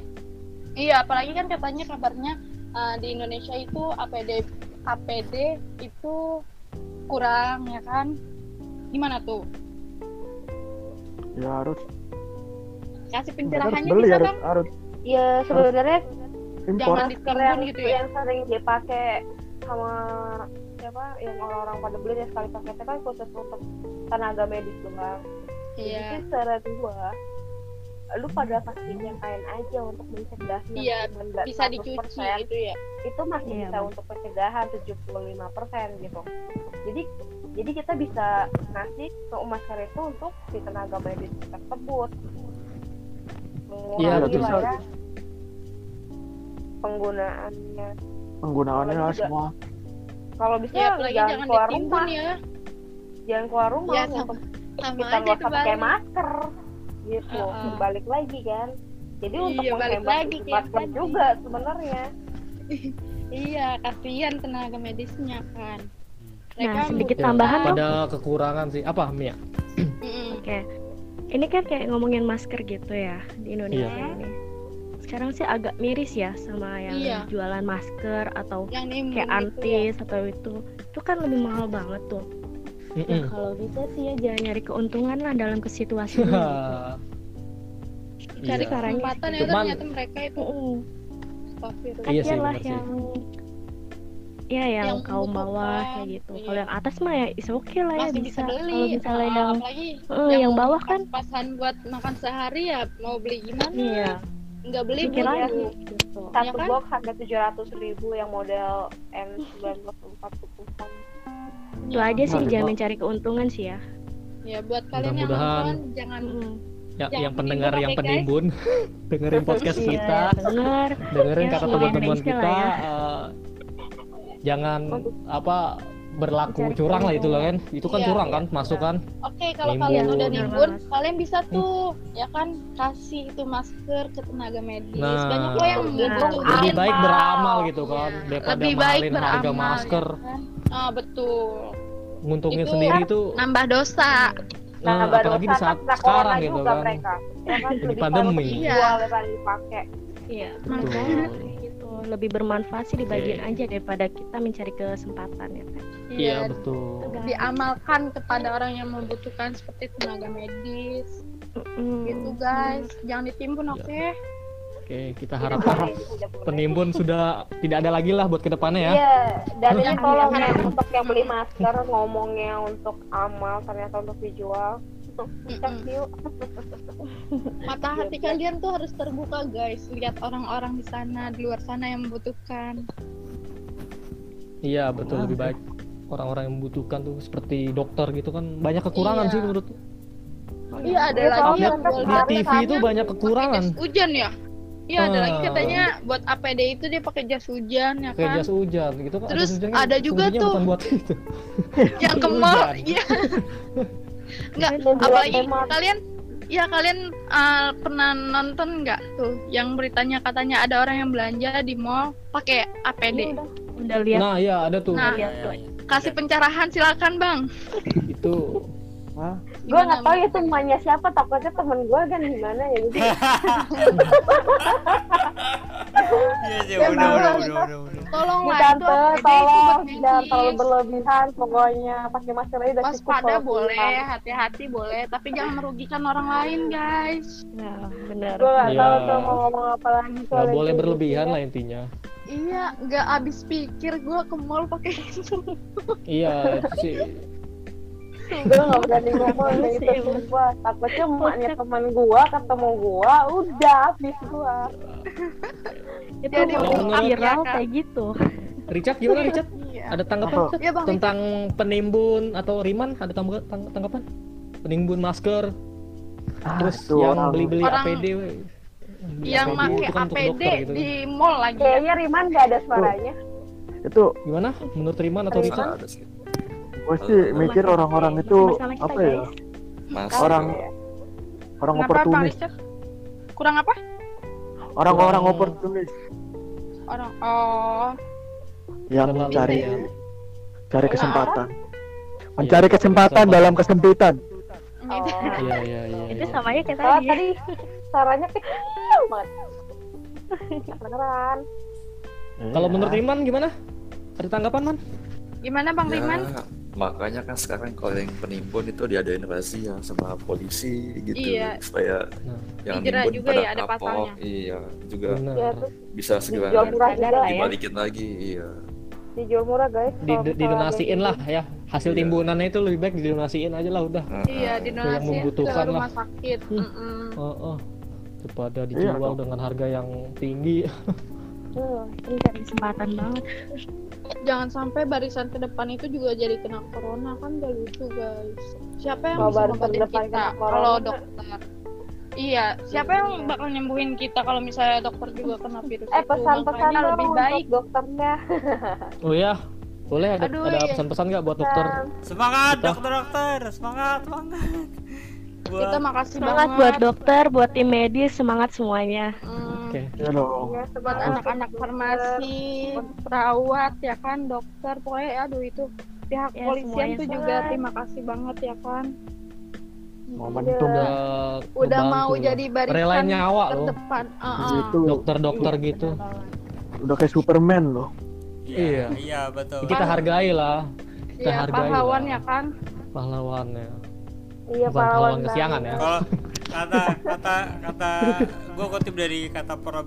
S5: Iya, apalagi kan katanya kabarnya uh, di Indonesia itu APD APD itu kurang ya kan? Gimana tuh?
S4: Ya harus.
S5: Kasih
S4: mereka harus
S5: pencerahannya
S4: beli
S5: bisa
S4: harus
S5: dong.
S4: harus
S3: ya sebenarnya
S4: impor.
S5: Jangan
S3: yang,
S5: ditimbun gitu ya.
S3: yang sering dipakai sama siapa yang orang-orang pada beli yang sekali paketnya kan khusus untuk tenaga medis doang
S5: Iya.
S3: Jadi kan secara dua lu pada vaksin yang kain aja untuk mencegah
S5: Iya,
S3: 99%,
S5: Bisa dicuci gitu ya.
S3: itu masih
S7: Iya,
S3: bisa
S7: Bang.
S3: untuk pencegahan 75% gitu jadi jadi kita bisa ngasih ke umat syariah itu untuk si tenaga medis tersebut
S1: Iya,
S3: mengurangi
S1: betul.
S3: lah ya penggunaannya
S4: Penggunaannya
S3: Apalagi juga-
S4: semua.
S3: kalau bisa
S5: Ya,
S3: lu
S5: apalagi
S3: jangan,
S5: jangan
S3: keluar
S5: ditimbun
S3: rumah
S5: ya.
S3: jangan keluar rumah
S5: Ya,
S3: nggak
S5: sama- Sama
S3: kita
S5: aja
S3: nggak
S5: tuh
S3: usah pakai
S5: Bang.
S3: masker gitu
S5: Uh-uh.
S3: balik lagi kan jadi untuk
S5: Iya, balik
S3: menghemat
S5: lagi kayak
S3: masker
S5: tadi.
S3: juga sebenarnya
S5: Iya, kasihan tenaga medisnya kan.
S7: Nah, sedikit
S1: Ya,
S7: tambahan dong.
S1: pada kekurangan sih apa Mia
S5: Mm-mm.
S7: Oke. Ini kan kayak ngomongin masker gitu ya di Indonesia
S1: Iya.
S7: ini. Sekarang sih agak miris ya sama yang
S5: Iya.
S7: jualan masker atau
S5: yang nimbun gitu
S7: kayak
S5: ya.
S7: antis atau itu. Itu kan lebih mahal banget tuh. Ya
S1: Mm-mm.
S7: kalau bisa sih ya jangan nyari keuntungan lah dalam
S1: [laughs]
S7: kesituasi ini.
S5: cari
S1: Iya.
S5: kesempatan ya
S1: Cuman-
S5: ternyata mereka itu
S7: Mm-mm.
S5: stop gitu. virus
S1: Iya sih,
S7: Kasihan lah
S1: bener sih.
S7: yang ya yang,
S5: Yang
S7: kaum bawah
S5: membutuhkan,
S7: kayak gitu.
S5: iya.
S7: Kalau yang atas mah ya is okay lah ya
S5: masih bisa,
S7: bisa.
S5: beli
S7: Kalau
S5: Ah,
S7: misalnya yang
S5: apalagi
S7: eh, yang bawah kan
S5: pas-pasan buat makan sehari ya mau beli gimana
S7: iya,
S5: nggak beli
S7: pikir
S5: beli.
S7: lagi gitu.
S3: satu
S5: Ya kan?
S3: box harga tujuh ratus ribu yang model N sembilan ratus empat puluh
S7: Itu aja sih
S4: Nah,
S7: jangan mencari keuntungan sih ya.
S5: ya buat kalian yang
S1: Mudah-mudahan.
S5: nonton jangan
S7: Mm.
S1: Ya,
S5: Jangan
S1: yang pendengar
S5: ditimbun,
S1: yang
S5: oke, guys?
S1: penimbun [laughs] dengerin podcast
S7: Iya,
S1: kita
S7: bener.
S1: dengerin
S7: Ya,
S1: kata
S7: semua
S1: teman-teman
S7: Indonesia
S1: kita
S7: lah
S1: eh, jangan apa berlaku
S7: Mencari
S1: curang lah itu lah kan itu kan
S5: Iya,
S1: curang
S7: iya,
S1: kan masuk kan
S5: oke kalau kalian
S1: Nimbun.
S5: udah
S7: Bener
S5: nimbun
S7: banget. Hmm.
S5: kalian bisa tuh ya kan kasih itu masker ke tenaga medis
S1: Nah,
S5: banyak kok yang Iya.
S7: Nah,
S1: lebih
S5: membutuhkan
S1: baik
S3: Amal.
S1: beramal gitu kan
S5: Iya,
S1: daripada
S5: lebih baik
S1: mahalin harga
S5: beramal,
S1: masker
S5: ya kan? ah betul
S1: nguntungin
S5: Itu kan
S1: sendiri tuh
S5: nambah dosa
S1: nah,
S3: baru
S1: apalagi di saat
S3: saat corona
S1: sekarang gitu
S3: juga
S1: kan
S3: mereka. Ya kan,
S1: Jadi
S3: lebih
S1: pandemi.
S3: pandemi
S5: Iya.
S3: dijual daripada dipakai
S7: Iya,
S1: Betul.
S7: makanya gitu. Lebih bermanfaat sih dibagiin
S1: Oke.
S7: aja daripada kita mencari kesempatan ya kan.
S1: iya
S5: Iya,
S1: betul
S5: diamalkan kepada orang yang membutuhkan seperti tenaga medis
S7: Mm-mm.
S5: gitu guys jangan ditimbun oke
S1: Iya. oke
S5: Iya.
S1: kita
S3: Tidak
S1: harapkan
S3: boleh, tidak boleh.
S1: penimbun sudah tidak ada lagi lah buat kedepannya ya Hmm.
S3: Iya, dan ini
S5: Amin,
S3: tolong
S5: amin,
S3: ya
S5: amin.
S3: untuk yang beli masker ngomongnya untuk amal ternyata untuk dijual. Thank you.
S5: mata
S1: Iya,
S5: hati kalian tuh harus terbuka guys lihat orang-orang di sana di luar sana yang membutuhkan
S1: Iya betul lebih baik orang-orang yang membutuhkan tuh seperti dokter gitu kan banyak kekurangan
S5: Iya.
S1: sih menurut
S5: iya ada
S3: Iya,
S5: lagi
S3: soalnya
S5: yang
S3: kan
S5: gua
S1: di
S5: lihat
S3: kemarin
S1: TV
S5: katanya
S1: tuh banyak
S5: pakai
S1: kekurangan
S5: jas hujan ya Iya ada
S1: Ah.
S5: lagi katanya buat APD itu dia pakai jas hujan ya
S1: kayak
S5: kan.
S1: jas hujan gitu kan
S5: Terus
S1: jas hujan
S5: ada juga
S1: fungsinya
S5: tuh.
S1: bukan
S5: [laughs]
S1: buat itu
S5: Yang ke mall. [laughs] Iya. Enggak, apalagi kalian Ya kalian uh, pernah nonton nggak tuh yang beritanya katanya ada orang yang belanja di mall pakai APD.
S7: Iya udah lihat
S1: nah ya ada tuh
S5: Iya. Nah.
S2: Ya,
S7: Iya,
S2: ya,
S7: tuh.
S2: ya.
S5: Kasih
S2: Oke.
S5: pencerahan silakan bang.
S1: itu
S3: gue
S5: Gimana,
S3: nggak tahu
S5: Bang?
S3: itu emaknya siapa takutnya temen gue kan gimana ya jadi
S2: Iya sih,
S5: Ya,
S2: udah,
S5: Bang.
S2: udah, udah, udah, udah.
S5: Tolong
S3: Nih,
S5: lah itu
S3: tante
S5: APD itu buat
S3: tolong jangan terlalu
S5: medis.
S3: berlebihan pokoknya pakai masker aja udah cukup
S5: Waspada
S3: kalau
S5: boleh, hati-hati boleh, tapi jangan merugikan orang lain guys.
S7: nah, benar
S3: gue nggak
S1: Iya.
S3: tahu tuh mau ngomong apa lagi gitu.
S1: nggak
S3: soal
S1: boleh
S3: itu.
S1: berlebihan lah intinya
S5: Iya, nggak habis pikir gue ke mall pakai [laughs] itu.
S1: iya itu sih
S3: gue nggak berani [laughs] ngomong
S7: Bagus
S3: dari
S7: sih,
S3: itu
S7: emang.
S3: gue takutnya emaknya temen gue ketemu gue udah habis gue
S7: itu
S5: Jadi
S7: mau
S1: menurut-
S7: viral
S5: Iya, Kak.
S7: kayak gitu
S1: Richard gimana Richard
S5: Iya.
S1: ada tanggapan
S4: Apa?
S5: Iya bang.
S1: tentang penimbun atau Riman ada tangga- tang- tanggapan penimbun masker
S4: Ah,
S1: terus
S4: itu
S1: yang
S4: orang-
S1: beli-beli
S5: Orang-
S1: APD we. Beli
S5: Yang
S1: APD,
S5: pakai
S1: itu kan untuk
S5: APD
S1: dokter gitu.
S5: di mall lagi. ya.
S3: kayaknya Riman nggak ada suaranya
S4: itu
S1: gimana menurut Riman atau Richard
S6: Ada sih.
S4: gue sih
S6: Masalah-
S4: mikir orang-orang itu
S7: masalah kita,
S4: apa ya
S7: guys.
S6: Masih
S4: Orang-
S3: Iya.
S6: dong.
S4: orang
S5: Kenapa Bang
S4: oportunis
S5: Richard? Kurang apa?
S4: orang-orang
S1: Kurang-
S4: oportunis
S5: Orang oh
S4: yang
S1: Terlalu
S4: cari
S1: ya.
S5: Iya,
S4: cari kesempatan
S1: Iya.
S4: mencari kesempatan dalam kesempitan
S5: gitu.
S3: oh.
S1: iya iya iya
S7: itu
S1: iya.
S7: sama aja kayak
S3: Soalnya tadi
S7: tadi
S3: suaranya kecil banget Nggak kedengeran
S1: Nah, kalau
S4: Iya.
S1: menurut Riman gimana ada tanggapan man
S5: Gimana bang
S6: Ya,
S5: Riman?
S6: makanya kan sekarang kalau yang penimbun itu diadain razia sama polisi gitu
S5: Iya.
S6: supaya
S1: Nah.
S6: yang
S5: Dijerat
S6: nimbun
S5: juga
S6: pada
S5: ya, ada
S6: kapok.
S5: pasalnya.
S6: iya juga
S1: benar
S3: ya terus
S6: bisa segera
S3: dijual murah
S7: Sadar
S3: juga
S7: lah ya.
S6: dibalikin lagi iya
S3: dijual murah
S1: di,
S3: guys Kalau misalnya gitu.
S1: didonasiin
S3: ada-
S1: lah ya hasil
S6: Iya.
S1: timbunannya itu lebih baik didonasiin aja lah udah
S6: Nah,
S5: Iya,
S1: Yang
S5: dinonasi ke
S1: membutuhkan
S5: rumah sakit.
S1: Hmm.
S5: Mm-mm.
S1: oh, oh. daripada
S4: Iya,
S1: dijual
S4: dong.
S1: dengan harga yang tinggi
S3: Hmm.
S7: ini cari kesempatan banget
S5: Jangan sampai barisan ke depan itu juga jadi kena corona kan gak lucu guys. Siapa yang
S3: Kalau
S5: bisa
S3: barisan
S5: ngobatin
S3: depan
S5: kita
S3: kena corona.
S5: kalau dokter? Iya, siapa yang bakal nyembuhin kita kalau misalnya dokter juga kena virus
S3: eh
S5: itu?
S3: pesan-pesan
S5: Makanya
S3: dong
S5: lebih baik.
S3: untuk dokternya
S1: oh ya boleh ada,
S5: Aduh,
S1: ada
S5: iya.
S1: pesan-pesan nggak buat dokter
S2: Semangat
S1: Kita-
S2: dokter-dokter, semangat, semangat. Buat
S5: Kita makasih
S7: semangat
S5: banget
S7: buat dokter buat tim medis semangat semuanya
S5: Mm.
S1: oke
S4: Iya dong
S3: Ya,
S5: buat anak-anak Nah, farmasi, perawat ya kan, dokter, pokoknya aduh itu pihak
S7: Ya,
S5: polisian
S7: semuanya
S5: tuh juga terima kasih banget ya kan.
S4: momentum
S1: udah
S4: lah
S5: Udah
S1: ngebantu
S5: mau
S1: lah.
S5: jadi barisan
S1: rela nyawa ya. loh
S5: terdepan. Uh-uh.
S4: itu
S1: dokter-dokter gitu
S4: udah kayak Superman loh
S1: Iya.
S2: Iya, iya betul.
S1: kita hargai lah Kita
S5: Iya,
S1: hargai
S5: pahlawan
S1: lah.
S5: ya kan.
S1: pahlawannya
S3: iya
S1: bukan pahlawan
S3: banget.
S1: kesiangan ya
S2: Kalau kata kata kata gua kutip dari kata para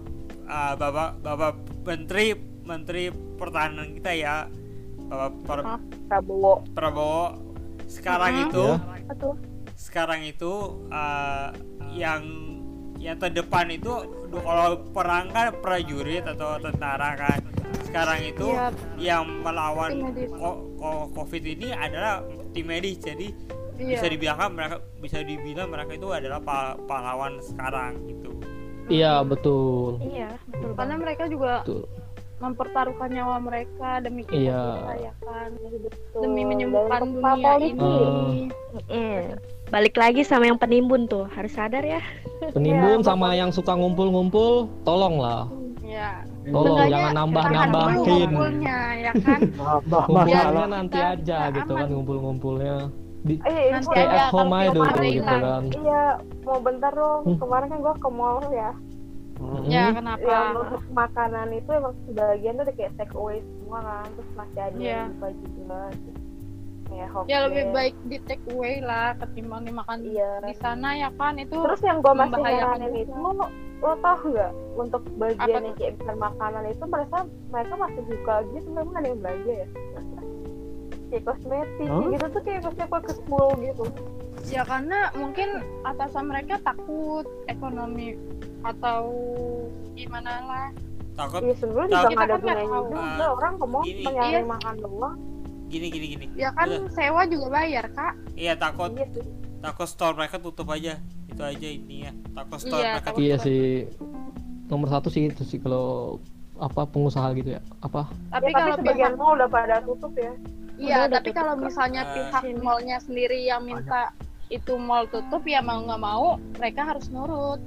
S2: ah, Bapak Bapak Menteri Menteri Pertahanan kita ya. Bapak Pra-
S3: Prabowo
S2: Prabowo
S5: Mhm.
S2: sekarang itu
S1: Iya.
S2: sekarang itu eh, yang yang terdepan itu du- kalau perang kan prajurit atau tentara kan sekarang itu
S5: Iya.
S2: yang melawan
S5: Tim medis.
S2: ko- ko- covid ini adalah tim medis jadi
S5: Iya.
S2: bisa dibilang mereka bisa dibilang mereka itu adalah pa- pahlawan sekarang gitu
S1: iya betul
S7: iya betul
S5: Karena mereka juga
S1: Betul.
S5: mempertaruhkan nyawa mereka demi kita
S1: Iya.
S5: kita, ya kan.
S3: Betul.
S5: Demi
S3: Dan
S5: menyembuhkan
S3: untuk
S5: dunia
S3: Polisi.
S5: ini.
S7: Mm. balik lagi sama yang penimbun tuh harus sadar ya
S1: penimbun sama yang suka ngumpul-ngumpul tolong lah
S5: Iya.
S1: tolong
S5: Makanya
S1: Hmm. Oh, jangan Hmm.
S5: tahan dulu
S1: nambah-nambahin
S5: ngumpulnya, ya kan.
S4: nambah
S1: ngumpulnya
S4: masalah
S1: nanti
S5: kita
S1: aja
S5: bisa
S1: gitu kan
S5: aman.
S1: ngumpul-ngumpulnya
S3: Eh, ini
S5: Nanti
S3: gua-
S1: stay
S5: aja,
S1: at home
S5: kalau
S1: aja dulu
S5: kemarin
S1: gitu
S5: hilang.
S1: kan
S3: Iya, mau bentar dong.
S1: Hmm.
S3: Kemarin kan gua ke mall ya.
S1: Mm-mm.
S5: Ya kenapa?
S3: Yang
S1: Ah.
S3: untuk makanan itu emang sebagian tuh udah kayak take away semua kan. Terus masih ada
S5: Iya.
S3: yang buka juga. Kayak Hokben.
S5: ya lebih baik di take away lah ketimbang dimakan
S3: Iya.
S5: di sana ya kan itu
S3: Terus yang gua masih
S5: membahayakan
S3: heranin
S5: juga.
S3: itu lo, lo tau nggak untuk
S5: Apa
S3: bagian
S5: tuh?
S3: yang kayak bukan makanan itu mereka mereka masih buka gitu memang ada yang belanja ya kayak kosmetik
S4: Huh?
S3: gitu tuh kayak kosmetik ke school gitu
S5: ya karena mungkin atasan mereka takut ekonomi atau gimana lah
S2: takut
S3: Iya sebenarnya juga
S2: Tapi
S5: kita
S3: nggak ada
S5: kan nggak
S3: gunanya
S5: tahu.
S3: juga orang ngomong
S2: Gini.
S3: cuma nyari
S5: Iya.
S3: makan doang.
S2: gini gini gini
S5: ya kan
S2: Iya.
S5: sewa juga bayar kak
S2: iya takut
S3: Iya sih.
S2: takut store mereka tutup aja itu aja ini ya takut store
S5: Iya,
S2: mereka
S5: takut.
S1: iya sih nomor satu sih itu sih kalau apa pengusaha gitu ya apa
S5: Tapi
S3: Ya,
S5: kalau
S3: sebagian
S5: pihak-
S3: mall udah pada tutup ya.
S5: Iya,
S7: Udah, udah
S5: tapi
S7: tutup
S5: kalau
S7: kok.
S5: misalnya
S2: Ah.
S5: pihak
S7: Sini.
S5: mallnya sendiri yang minta itu mall tutup ya mau nggak mau mereka harus nurut.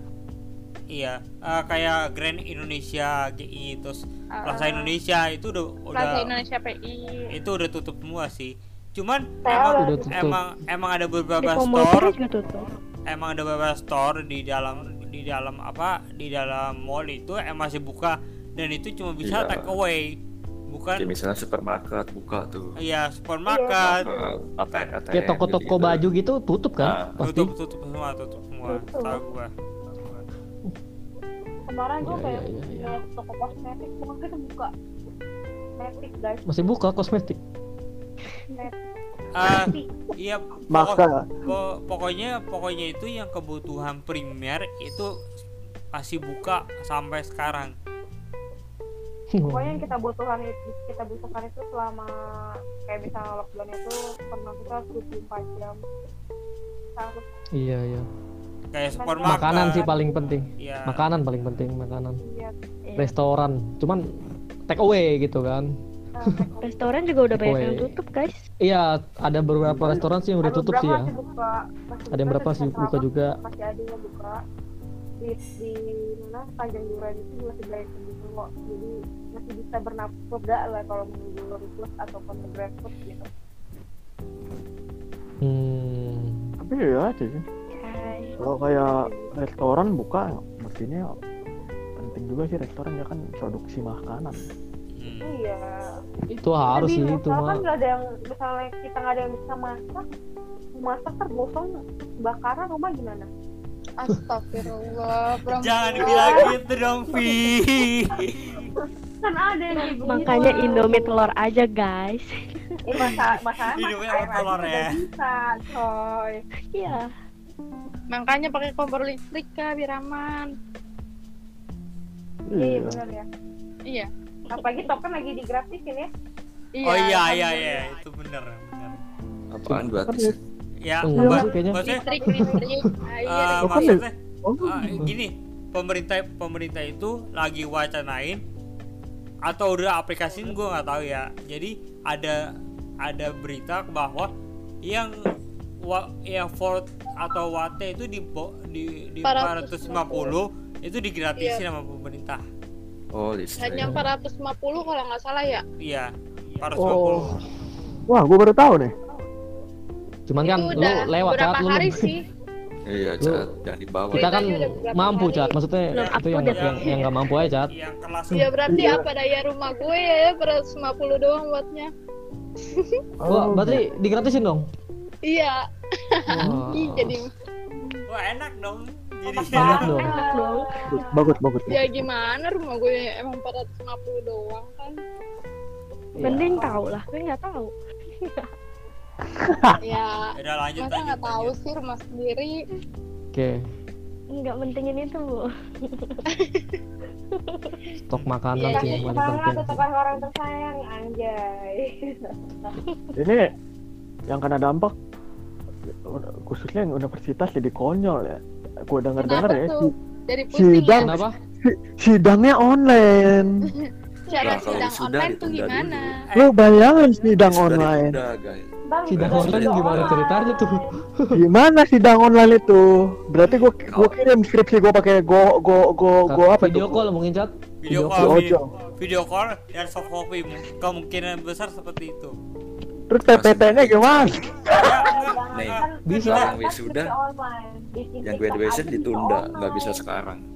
S2: Iya, eh, kayak Grand Indonesia GI terus
S5: Ah,
S2: Plaza Indonesia itu udah udah
S5: Plaza Indonesia PI.
S2: itu udah tutup semua sih. Cuman
S3: Saya
S2: emang
S1: udah tutup.
S2: emang emang ada beberapa
S7: Depo Mall
S2: store,
S7: Puri juga tutup.
S2: emang ada beberapa store di dalam di dalam apa di dalam mall itu emang masih buka dan itu cuma bisa
S6: Iya.
S2: take away. Bukan
S6: Kayak misalnya supermarket buka tuh.
S2: Iya, supermarket
S6: Eh, ATM, ATM.
S1: kayak toko-toko
S6: gitu-gitu.
S1: baju gitu tutup kan pasti
S2: tutup tutup semua tutup semua
S3: Tutup.
S2: tahu gua
S3: Kemarin gue
S1: Iya, iya,
S3: kayak
S1: iya, iya.
S3: ngeliat toko kosmetik, bukan kita buka kosmetik guys,
S1: masih buka kosmetik
S2: Ah,
S3: Tapi,
S2: iya pokok-
S4: maka
S2: po- pokoknya pokoknya itu yang kebutuhan primer itu masih buka sampai sekarang
S3: pokoknya yang kita butuhkan itu kita butuhkan itu selama kayak bisa lockdown itu pernah kita 24 jam harus
S1: [laughs] iya iya
S2: kayak supermarket
S1: makanan sih paling penting
S2: Iya.
S1: makanan paling penting makanan
S3: lihat
S5: Iya.
S1: restoran cuman take away gitu kan
S5: [laughs]
S3: eh,
S7: Restoran juga udah banyak yang
S1: Takeaway.
S7: tutup guys.
S1: iya ada beberapa restoran sih yang udah
S3: ada
S1: tutup sih
S3: beberapa
S1: ya
S3: masih buka,
S1: ada
S3: masih
S1: yang
S3: buka,
S1: berapa
S3: tapi
S1: sih
S3: masih
S1: buka
S3: lama,
S1: juga
S3: masih ada yang buka di di mana panjang duran itu masih banyak yang buka kok jadi masih bisa bernafas lega lah kalau menunggu lurus atau food gitu
S1: hmm
S4: tapi ya sih kalau kayak restoran buka mestinya penting juga sih restoran ya kan produksi makanan
S2: Hmm.
S3: iya
S1: itu harus sih
S3: Tapi
S1: itu
S3: masalah
S1: mah
S3: kan nggak ada yang misalnya kita nggak ada yang bisa masak mau masak terbosong bakaran rumah gimana
S5: Astagfirullah.
S2: jangan
S5: perempuan.
S2: bilang gitu dong Vi
S3: kan ada yang kayak gitu.
S7: Makanya Indomie telur aja guys.
S3: eh, masalah masalah
S2: Hidupnya sama telur ya
S3: bisa coy
S7: Iya.
S5: Makanya pakai kompor listrik kah biar aman.
S3: iya
S4: iya
S3: benar ya
S5: Iya.
S3: apalagi token lagi digratisin ya
S2: oh iya iya iya itu bener bener
S6: Apaan gratis? ya?
S2: ya
S1: Enggak
S2: mbak-
S1: sih kayaknya.
S2: maksudnya
S5: Listrik listrik.
S2: eh,
S5: Air.
S4: Bukan
S2: maksudnya
S4: Iya, oh,
S2: Ah, gini pemerintah pemerintah itu lagi wacanain atau udah aplikasiin gue nggak tahu ya jadi ada ada berita bahwa yang wa, yang Ford atau Wate itu di bo- di, di 450 itu digratisin sama pemerintah
S6: Oh, listrik.
S5: Hanya 450 kalau nggak salah ya.
S2: iya 450
S4: Oh. wah gue baru tahu nih
S1: cuman kan
S5: itu
S1: lu
S5: udah
S1: lewat
S5: beberapa
S1: saat lu
S5: hari sih.
S6: Iya,
S1: Lu-
S6: cat. Jangan dibawa.
S1: kita
S5: Beritanya
S1: kan
S5: udah beberapa
S1: mampu
S5: hari.
S1: cat maksudnya
S7: Belum
S1: itu yang
S7: upload
S1: yang
S7: ya.
S1: yang nggak mampu aja
S5: [laughs]
S1: cat
S2: yang kelas
S5: Ya berarti
S1: Iya.
S5: apa daya rumah gue ya, ya 450 doang buatnya. Oh,
S1: Wah, berarti digratisin dong
S5: Iya,
S1: Wah.
S5: [laughs] ih, jadi
S2: wah enak dong jadi ya.
S1: Enak dong.
S4: bagus bagus
S5: ya gimana rumah gue emang 450 doang kan.
S7: Mending tahu lah, gue Iya. nggak tahu.
S2: Iya,
S5: Ya
S2: udah lanjut
S5: masa
S2: lanjut,
S5: nggak tahu
S2: lanjut.
S5: sih rumah sendiri
S1: oke
S7: Nggak pentingin itu bu.
S1: stok makanan
S5: Iya,
S1: sih yang
S3: Kasih
S1: paling
S3: semangat
S1: penting
S3: untuk orang tersayang anjay
S4: ini yang kena dampak khususnya yang universitas jadi konyol ya gue denger dengar
S5: Kenapa
S4: ya
S5: tuh? dari pusing
S4: sidang
S5: ya.
S1: Kenapa?
S4: sidangnya
S5: [laughs]
S4: online
S5: Cara
S6: Nah, kalau
S5: sidang
S6: wisuda
S5: online tuh
S6: ditunda
S5: gimana?
S2: Eh,
S4: lu bayangin sidang
S6: Sudah
S4: online
S6: ditunda, guys.
S3: bang
S1: sidang
S6: Iya.
S1: online gimana ceritanya tuh
S4: gimana sidang online itu berarti gue gue kirim skripsi gue pakai go go go go Oh, apa
S1: video
S4: itu?
S1: call mungkin cat
S2: video
S1: Video
S2: call
S4: call.
S2: video, video call dan soft copy kemungkinan besar seperti itu
S4: terus PPT-nya gimana
S6: Nih,
S1: Bisa.
S6: yang
S3: kan
S6: wisuda, yang graduation ditunda, nggak bisa
S3: sekarang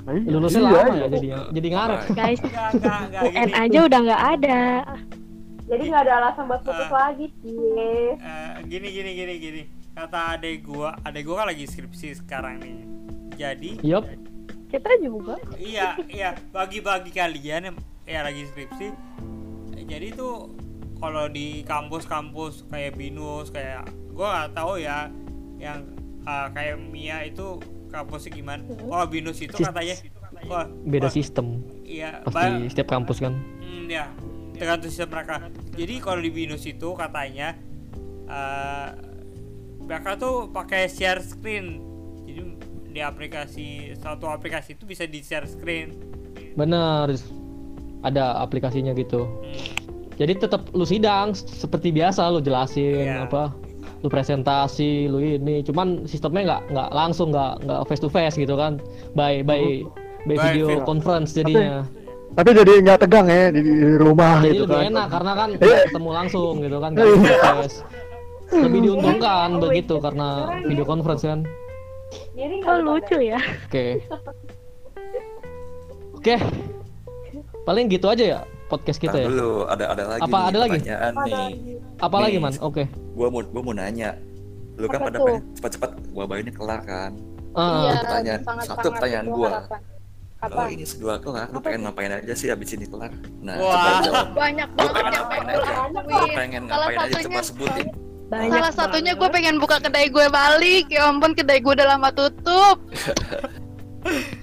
S6: sekarang.
S1: lulusnya
S4: Iya,
S1: lama
S4: iya.
S1: ya jadinya jadi ngaret
S6: Nah,
S7: [laughs] Guys,
S2: Enggak, enggak, enggak
S7: UN
S2: gini.
S7: aja udah nggak ada.
S3: jadi nggak ada alasan buat putus
S2: Ah.
S3: lagi sih
S2: Eh, gini gini gini gini. Kata adek gua, adek gua kan lagi skripsi sekarang nih. Jadi,
S1: yup
S7: Kita juga.
S2: iya, iya, bagi-bagi kalian yang ya lagi skripsi. eh, Jadi tuh kalau di kampus-kampus kayak Binus kayak gua nggak tahu ya yang eh, kayak Mia itu kampusnya gimana. Kalau Binus itu katanya wah,
S1: beda
S2: wah,
S1: sistem
S2: Iya, ba-
S1: pasti setiap kampus kan
S2: Hmm, ya, tergantung sistem mereka. Jadi kalau di Binus itu katanya ah, eh mereka tuh pakai share screen. Jadi di aplikasi satu aplikasi itu bisa di share screen.
S1: Bener, ada aplikasinya gitu.
S2: Hmm.
S1: Jadi tetap lu sidang s- seperti biasa lu jelasin
S2: Iya.
S1: apa, lu presentasi, lu ini. Cuman sistemnya nggak nggak langsung nggak nggak face to face gitu kan, by by by
S2: Hmm. By
S1: video
S2: video.
S1: conference jadinya.
S4: Tapi jadi nggak tegang ya di, di rumah
S1: Jadi
S4: gitu
S1: lebih
S4: kan.
S1: enak karena kan ketemu langsung gitu kan, nggak face to face. Lebih diuntungkan begitu karena video conference kan.
S3: Jadi nggak
S7: Oh
S3: lupa
S7: lucu ya.
S1: Oke. Oke. Paling gitu aja ya podcast kita
S6: Ntar
S1: ya.
S6: dulu ada ada lagi
S1: Apa
S6: nih
S1: ada lagi?
S6: pertanyaan nih.
S1: Apalagi
S6: Nih.
S1: man? Oke.
S6: Gua mau gua mau nanya. Lu kan
S3: Apa
S6: pada
S3: tuh?
S6: pengen cepat-cepat wabahinnya kelar kan.
S5: Iya,
S1: Ah,
S6: pertanyaan.
S9: sangat
S6: Satu pertanyaan
S9: sangat
S6: gua.
S9: harapan. Apa?
S6: Kalau ini kedua kelar, lu pengen ngapain aja sih abis ini kelar? Nah,
S2: Wah.
S6: coba jawab.
S5: Banyak
S6: Lu
S5: banget
S6: pengen
S5: yang
S6: ngapain
S5: pengen
S6: aja? Lu
S5: lakuin.
S6: pengen
S5: Salah
S6: ngapain aja? Coba
S5: satunya-
S6: sebutin.
S5: Salah satunya gue pengen buka kedai gue balik. Ya ampun kedai gue udah lama tutup.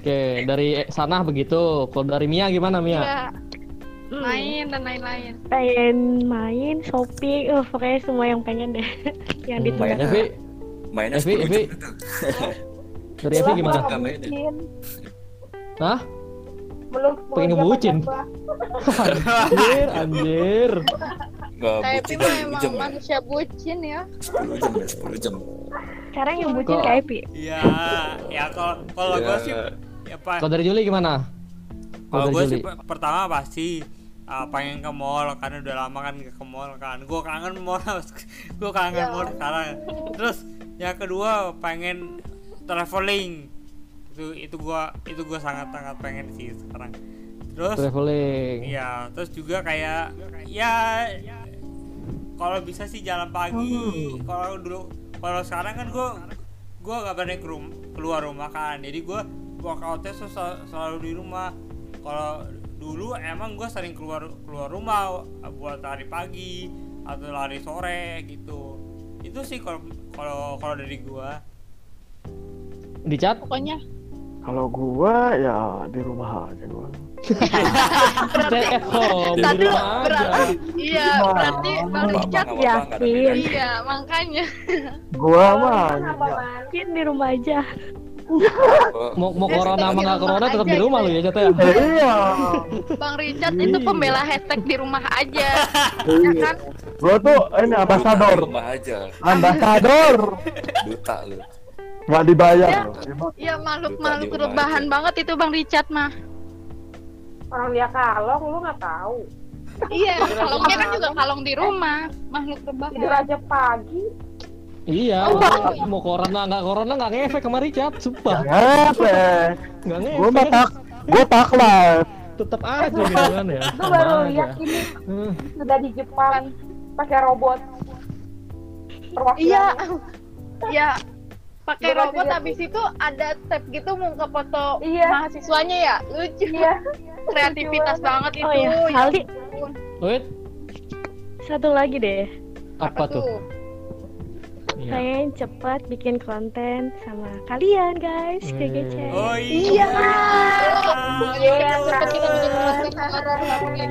S1: Oke, dari sana begitu. Kalau dari Mia gimana Mia?
S5: Ya. Main dan lain-lain.
S7: pengen main shopping eh pokoknya semua yang pengen deh [laughs] yang
S1: Hmm,
S7: ditunda
S6: Mainnya.
S1: Evi,
S6: Mainnya
S1: Evi,
S6: 10
S1: Evi.
S6: jam itu.
S1: dari Evi gimana?
S6: Nggak mainnya.
S1: Hah?
S3: belum
S1: Pengen ngebucin? Anjir, anjir.
S6: Nggak
S9: Kayak
S6: bucin
S9: Pima
S6: dah, 10
S9: emang
S6: jam ya.
S9: manusia bucin ya.
S6: 10 jam ya, 10 jam.
S7: sekarang yang bucin
S1: Kok-
S7: kayak Epi
S2: Ya, ya kalau kalau
S6: Ya,
S2: gua sih ya pa-
S1: Kalau dari Juli gimana?
S2: kalau
S1: Kalau
S2: gua
S1: dari
S2: sih
S1: Juli.
S2: pe- pertama pasti uh, pengen ke mall karena udah lama kan nggak ke mall kan. Gua kangen mall, [laughs] gua kangen mall sekarang. Terus yang kedua pengen traveling. Itu itu gua itu gua sangat sangat pengen sih sekarang. Terus
S1: Traveling.
S2: Ya, terus juga kayak ya kalau bisa sih jalan pagi. Kalau dulu kalau sekarang kan gua gua gak berani ke rum- keluar rumah kan. Jadi gua workoutnya tuh sel- selalu di rumah. Kalau dulu emang gua sering keluar keluar rumah buat lari pagi atau lari sore gitu. Itu sih kalau kalau kalau dari gua.
S1: Di chat?
S5: Pokoknya
S4: Kalau gua ya di rumah aja gua.
S1: Stay at home. Di
S5: Tadi
S1: rumah eh, aja.
S5: berarti iya
S4: Wah.
S5: berarti baru
S6: Nggak
S5: chat
S6: apa-apa, nggak apa-apa, nggak ada bedanya.
S5: iya makanya
S4: Gua mah ya,
S7: mungkin di rumah aja
S6: Oh,
S1: Mau mau
S5: Dia
S1: corona
S5: stay
S1: sama
S5: di
S1: nggak
S5: rumah
S1: corona tetap
S5: aja
S1: di rumah lu
S5: gitu
S1: ya, Chat ya.
S4: iya.
S5: Bang Richard itu pembela hashtag di rumah aja ya kan
S4: Gua Iya. tuh ini ambasador,
S6: Duta di rumah aja,
S4: ambasador.
S6: duta lu.
S4: Gak dibayar.
S5: Ya.
S4: loh. Emang
S5: ya makhluk
S6: Di
S5: makhluk
S6: rumah
S5: rebahan
S6: aja.
S5: banget itu Bang Richard mah
S3: orang dia kalong lu nggak tahu
S5: iya kalongnya kan juga kalong di rumah makhluk
S3: tidur
S5: rebahan
S3: aja pagi
S1: Iya, mau corona nggak corona nggak ngefek sama Richard, sumpah.
S4: Ngepek.
S1: Nggak ngefek.
S4: ya? Gua mah tak, gua taklak.
S1: tetap aja gitu kan ya.
S3: lu baru
S1: Sama
S3: lihat
S1: aja.
S3: ini
S1: Eh,
S3: sudah di Jepang pakai robot perwakilan
S5: iya iya pakai
S3: Berarti
S5: robot
S3: dia-
S5: habis itu ada tab gitu mau ke foto
S3: Iya.
S5: mahasiswanya ya lucu
S3: iya
S5: kreativitas banget itu
S7: oh ya kali
S5: ampun.
S1: Wait,
S7: satu lagi deh
S1: apa tuh? Iya.
S7: pengen cepat bikin konten sama kalian guys
S1: Hmm.
S7: GGC
S2: Oh iya.
S5: Iya.
S3: Iya,
S5: Cepet kita
S3: iya.
S5: bikin konten horor
S1: Iya,
S5: yang
S1: iya,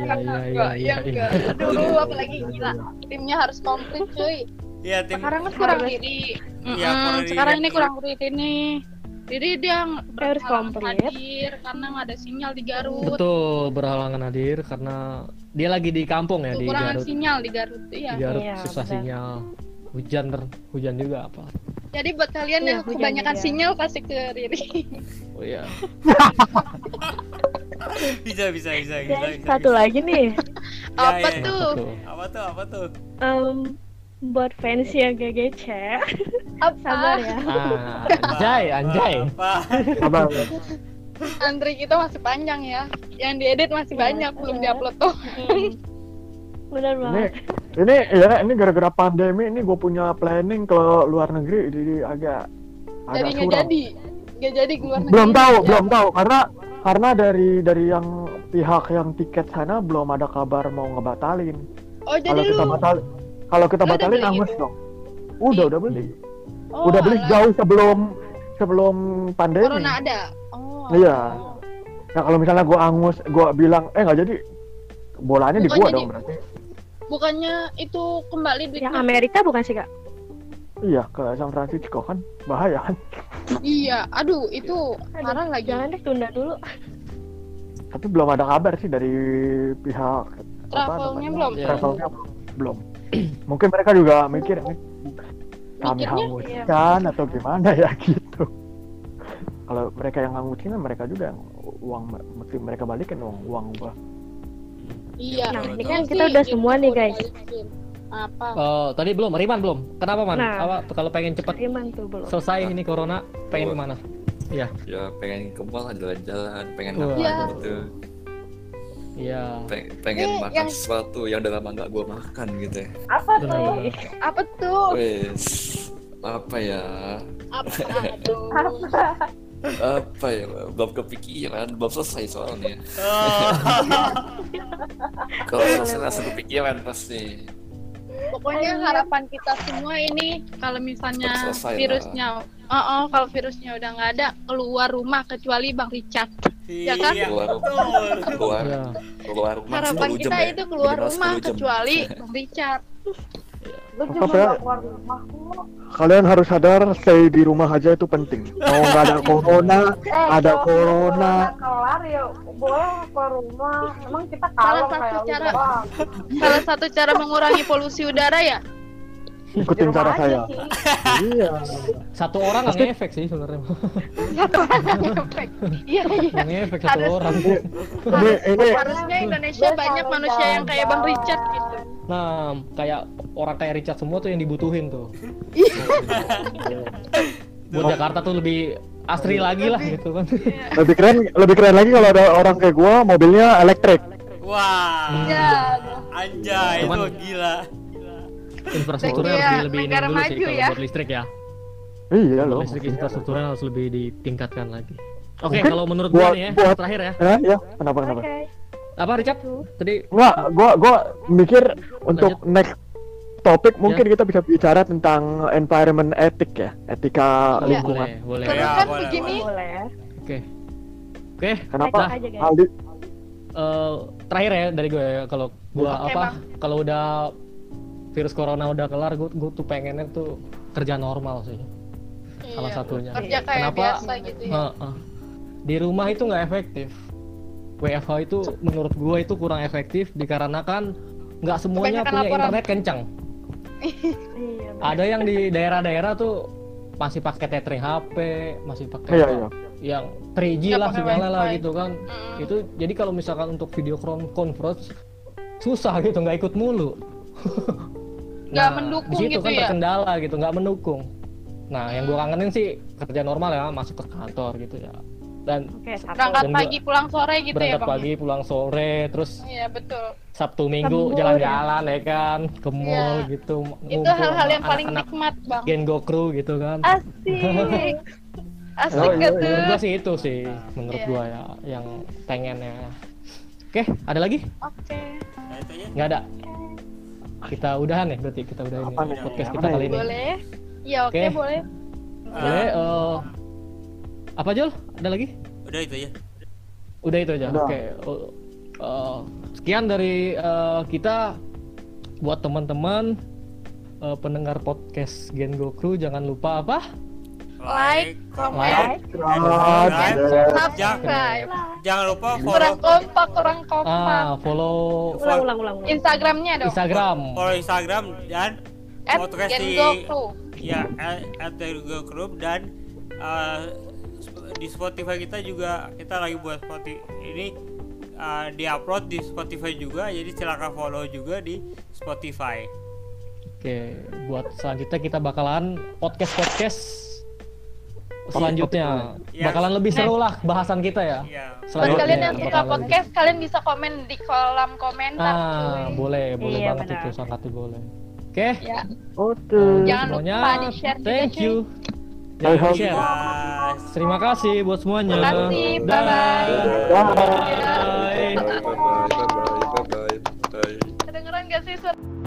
S5: enggak
S1: iya,
S5: yang
S1: iya.
S5: enggak. Aduh, apalagi gila. Timnya harus komplit, cuy.
S2: Iya, tim.
S5: Sekarang kan kurang diri.
S2: Iya,
S5: Mm-mm,
S2: kurang diri.
S5: sekarang ini kurang diri nih. Jadi dia
S7: Harus
S5: berhalangan
S7: komplit.
S5: hadir karena nggak ada sinyal di Garut.
S1: Betul, berhalangan hadir karena dia lagi di kampung ya di
S5: Kekurangan
S1: Garut.
S5: sinyal di Garut. Iya.
S1: Di Garut
S7: Iya,
S1: susah
S7: benar.
S1: sinyal. Hujan ter, hujan juga apa?
S5: Jadi buat kalian
S7: Iya,
S5: yang
S7: hujan
S5: kebanyakan
S7: juga.
S5: sinyal kasih ke
S7: [laughs]
S5: Riri.
S1: Oh iya.
S2: [laughs] Bisa bisa bisa bisa.
S7: dan
S2: bisa,
S7: satu
S2: bisa.
S7: lagi nih
S2: Ya,
S5: Apa
S1: iya.
S2: ya.
S5: tuh?
S1: Betul.
S2: Apa tuh? Apa tuh?
S7: em, buat fans ya, yang GGC sabar
S5: Apa?
S7: [laughs] ya
S1: Ah, anjay, anjay.
S2: Apa?
S4: Abang.
S5: Antri kita masih panjang ya. Yang diedit masih
S7: Iya,
S5: banyak belum diupload tuh.
S7: bener
S4: Ini,
S7: banget
S4: ini ya ini gara-gara pandemi ini gue punya planning ke luar negeri jadi agak agak
S5: Jadi nggak
S4: suram.
S5: jadi. Nggak jadi gue
S4: Belum tahu, belum tahu karena karena dari dari yang pihak yang tiket sana belum ada kabar mau ngebatalin.
S5: Oh
S4: Kalau
S5: jadi
S4: kita
S5: lu
S4: batal kalau kita
S5: lu udah
S4: batalin
S5: beli Iya.
S4: angus
S5: gitu?
S4: dong. Udah udah beli.
S5: Oh,
S4: udah beli
S5: alah.
S4: jauh sebelum sebelum pandemi.
S5: Corona ada. Oh.
S4: Iya. Nah, kalau misalnya gue angus, gue bilang eh nggak jadi bolanya di
S5: Bukan
S4: gua
S5: jadi-
S4: dong berarti.
S5: Bukannya itu kembali duit
S7: yang Amerika bukan sih kak
S4: Iya, ke San Francisco kan bahaya kan.
S5: Iya, aduh itu parah lagi.
S7: Jangan deh tunda dulu.
S4: Tapi belum ada kabar sih dari pihak apa
S5: Travelnya
S4: namanya,
S5: belum.
S1: Iya.
S4: travelnya belum. [clears throat] Mungkin mereka juga mikir "Ini kami
S5: Mikirnya,
S4: hanguskan atau gimana ya [laughs] gitu. Kalau mereka yang hanguskan mereka juga yang uang mesti mereka balikin uang uang gua.
S5: Iya.
S7: Nah,
S5: itu
S7: ini kan
S5: sih
S7: kita udah
S5: itu
S7: semua nih,
S5: udah
S7: guys.
S5: dibalikin. Apa?
S1: Eh, tadi belum, Riman belum. Kenapa man?
S7: Nah.
S1: Apa kalau pengen cepet
S7: Iman tuh belum.
S1: selesai ini corona, pengen
S6: Oh.
S1: kemana?
S6: ya pengen ke mall jalan-jalan pengen
S1: Wah.
S6: apa
S5: Iya.
S6: gitu
S1: Iya.
S6: Peng- pengen
S5: Ini
S6: makan
S5: yang-
S6: sesuatu yang udah lama nggak gue makan gitu ya
S3: Apa tuh?
S7: Iya.
S1: benar-benar.
S5: Apa tuh?
S6: Wes, apa ya
S5: Apa aduh.
S6: apa ya belum kepikiran belum selesai soalnya
S2: oh.
S6: kalau
S5: Iya,
S6: selesai langsung kepikiran pasti
S5: Pokoknya harapan kita semua ini kalau misalnya
S6: Tetap selesai lah.
S5: virusnya Oh, oh, kalau virusnya udah nggak ada keluar rumah kecuali Bang Richard.
S2: Iya,
S5: Ya kan?
S2: betul.
S6: keluar
S1: Iya.
S6: keluar rumah
S5: Harapan
S6: 10 jam
S5: kita
S6: ya.
S5: itu keluar
S6: Minimal
S5: rumah
S6: 10 jam. [laughs]
S5: kecuali Bang Richard.
S3: Lu
S4: Tetap
S3: juga
S4: ya.
S3: nggak keluar rumah kok.
S4: Kalian harus sadar stay di rumah aja itu penting. Mau nggak ada corona,
S3: Eh,
S4: Ada
S3: kalau
S4: corona.
S3: corona kelar ya boleh keluar rumah. Emang kita
S5: Salah
S3: kalem kayak
S5: satu
S3: lu
S5: cara-
S3: doang.
S5: Salah satu cara mengurangi polusi udara ya.
S3: Di
S4: ikutin
S3: rumah
S4: cara
S3: aja
S4: saya.
S3: sih.
S4: Iya.
S1: Satu orang nggak ngefek sih sebenarnya.
S5: Satu orang efek. Iya, iya.
S1: Nggak ngefek satu
S5: Harus.
S1: orang.
S4: Ini ini
S5: Harusnya Indonesia
S3: Dia
S5: banyak
S3: selalu
S5: manusia yang kayak Bang
S3: jalan-jalan.
S5: Richard gitu.
S1: Nah, kayak orang kayak Richard semua tuh yang dibutuhin tuh.
S4: Iya.
S1: Buat Jakarta tuh lebih asri lagi lah gitu kan.
S4: lebih keren lebih keren lagi kalau ada orang kayak gua mobilnya elektrik.
S2: Wah,
S5: Ya,
S2: anjay itu
S1: Cuman-
S2: gila.
S1: Infrastrukturnya
S5: Iya,
S1: harus di- lebih ini
S5: negara
S1: dulu sih
S5: maju
S1: kalau
S5: ya.
S1: buat listrik ya.
S4: Iya
S1: Buat
S4: loh.
S1: listrik infrastrukturnya harus lebih ditingkatkan lagi. Oke,
S4: Mungkin
S1: kalau menurut gua
S4: buat-
S1: nih ya,
S4: buat-
S1: terakhir ya.
S4: Eh, ya, kenapa kenapa?
S3: Oke.
S1: Apa Richard? Tadi
S4: Enggak, gua gua mikir untuk next topik mungkin kita bisa bicara tentang environment etik ya, etika
S1: boleh,
S4: lingkungan.
S1: boleh, boleh.
S5: Terus
S2: Ya,
S5: kan
S2: boleh,
S5: begini
S3: Boleh.
S1: Oke. Oke,
S4: Kenapa?
S1: Nah.
S7: aja guys.
S4: Aldi,
S1: eh, terakhir ya dari gue ya, kalau gua apa?
S5: Oke, Bang.
S1: Kalau udah virus corona udah kelar, gua, gua tuh pengennya tuh kerja normal sih. Salah
S5: Iya.
S1: satunya.
S5: kerja kayak
S1: Kenapa?
S5: biasa gitu ya.
S1: Heeh. Di rumah itu nggak efektif. WFH itu menurut gue itu kurang efektif dikarenakan nggak semuanya
S5: Kebanyakan
S1: punya
S5: laporan.
S1: internet kencang.
S7: Iya.
S1: Ada yang di daerah-daerah tuh masih pakai T3 HP, masih pakai
S4: iya iya.
S1: yang 3G lah
S5: Nggak Iya, pakai
S1: segala lah
S5: wifi.
S1: gitu kan.
S5: Mm.
S1: Itu jadi kalau misalkan untuk video con- conference susah gitu nggak ikut mulu.
S5: Nggak
S1: Nah,
S5: mendukung
S1: di situ
S5: gitu
S1: kan
S5: ya?
S1: terkendala gitu, nggak mendukung. Nah, yang gue kangenin sih kerja normal ya, masuk ke kantor gitu ya. Dan
S7: Oke, satu.
S5: Berangkat
S1: Dan
S5: pagi pulang sore gitu ya,
S1: berangkat
S5: Bang.
S1: pagi pulang sore terus
S5: Iya, betul.
S1: Sabtu Minggu
S7: Lembur,
S1: jalan-jalan ya kan ke mall gitu
S5: Iya. Itu hal-hal yang paling
S1: anak
S5: nikmat, Bang.
S1: Gengo Crew gitu kan Nah,
S5: Asik.
S4: [laughs]
S5: Asik
S4: Oh, iya, iya.
S5: gak
S1: menurut
S5: tuh?
S1: gua sih itu sih menurut
S5: Iya.
S1: gua ya yang pengen ya oke ada lagi
S5: Oke.
S2: Nah, itu aja.
S1: nggak ada kita udahan ya berarti kita udahin
S4: Apa
S1: ya
S4: nih?
S1: podcast
S4: Apa
S1: kita
S4: nih?
S1: kali ini
S5: Boleh? Iya, oke,
S1: Oke.
S5: boleh.
S1: boleh eh, apa Jul ada lagi
S2: Udah itu aja.
S1: udah itu aja
S4: Udah.
S1: oke Eh, eh, sekian dari eh, kita buat teman-teman eh, pendengar podcast Gen Crew jangan lupa apa
S5: Like,
S1: Like,
S5: komen,
S2: subscribe.
S5: subscribe.
S2: Jangan lupa follow
S5: Kurang kompak, kurang kompak.
S1: ah follow
S7: Ulang, ulang, ulang. ulang.
S5: Instagramnya dong.
S1: Instagram
S2: follow Instagram dan
S5: At
S2: podcast di
S5: Gengoku.
S2: ya at- at the Google Group dan uh, sp- di Spotify kita juga kita lagi buat Spotify ini uh, diupload di Spotify juga jadi silakan follow juga di Spotify.
S1: oke buat selanjutnya kita bakalan podcast podcast selanjutnya
S2: Yang-
S1: bakalan lebih seru lah bahasan kita ya
S2: Iya.
S5: Iya. Buat
S1: Selanjutnya
S5: kalian yang suka
S1: bakalan lebih-
S5: podcast, kalian bisa komen di kolom komentar.
S1: ah
S5: cuy.
S1: boleh boleh
S7: Iya,
S1: banget
S7: benar.
S1: itu sangat boleh oke
S5: Ya,
S4: Oke.
S1: eh,
S5: Jangan lupa di-share juga,
S1: thank
S5: cuy.
S1: you
S4: Bye,
S1: Jangan
S4: Hal.
S1: di-share.
S2: Nah,
S1: terima kasih buat semuanya
S5: terima kasih. Bye-bye.
S4: Dah.
S6: bye bye bye bye bye bye
S5: Kedengeran gak sih suara?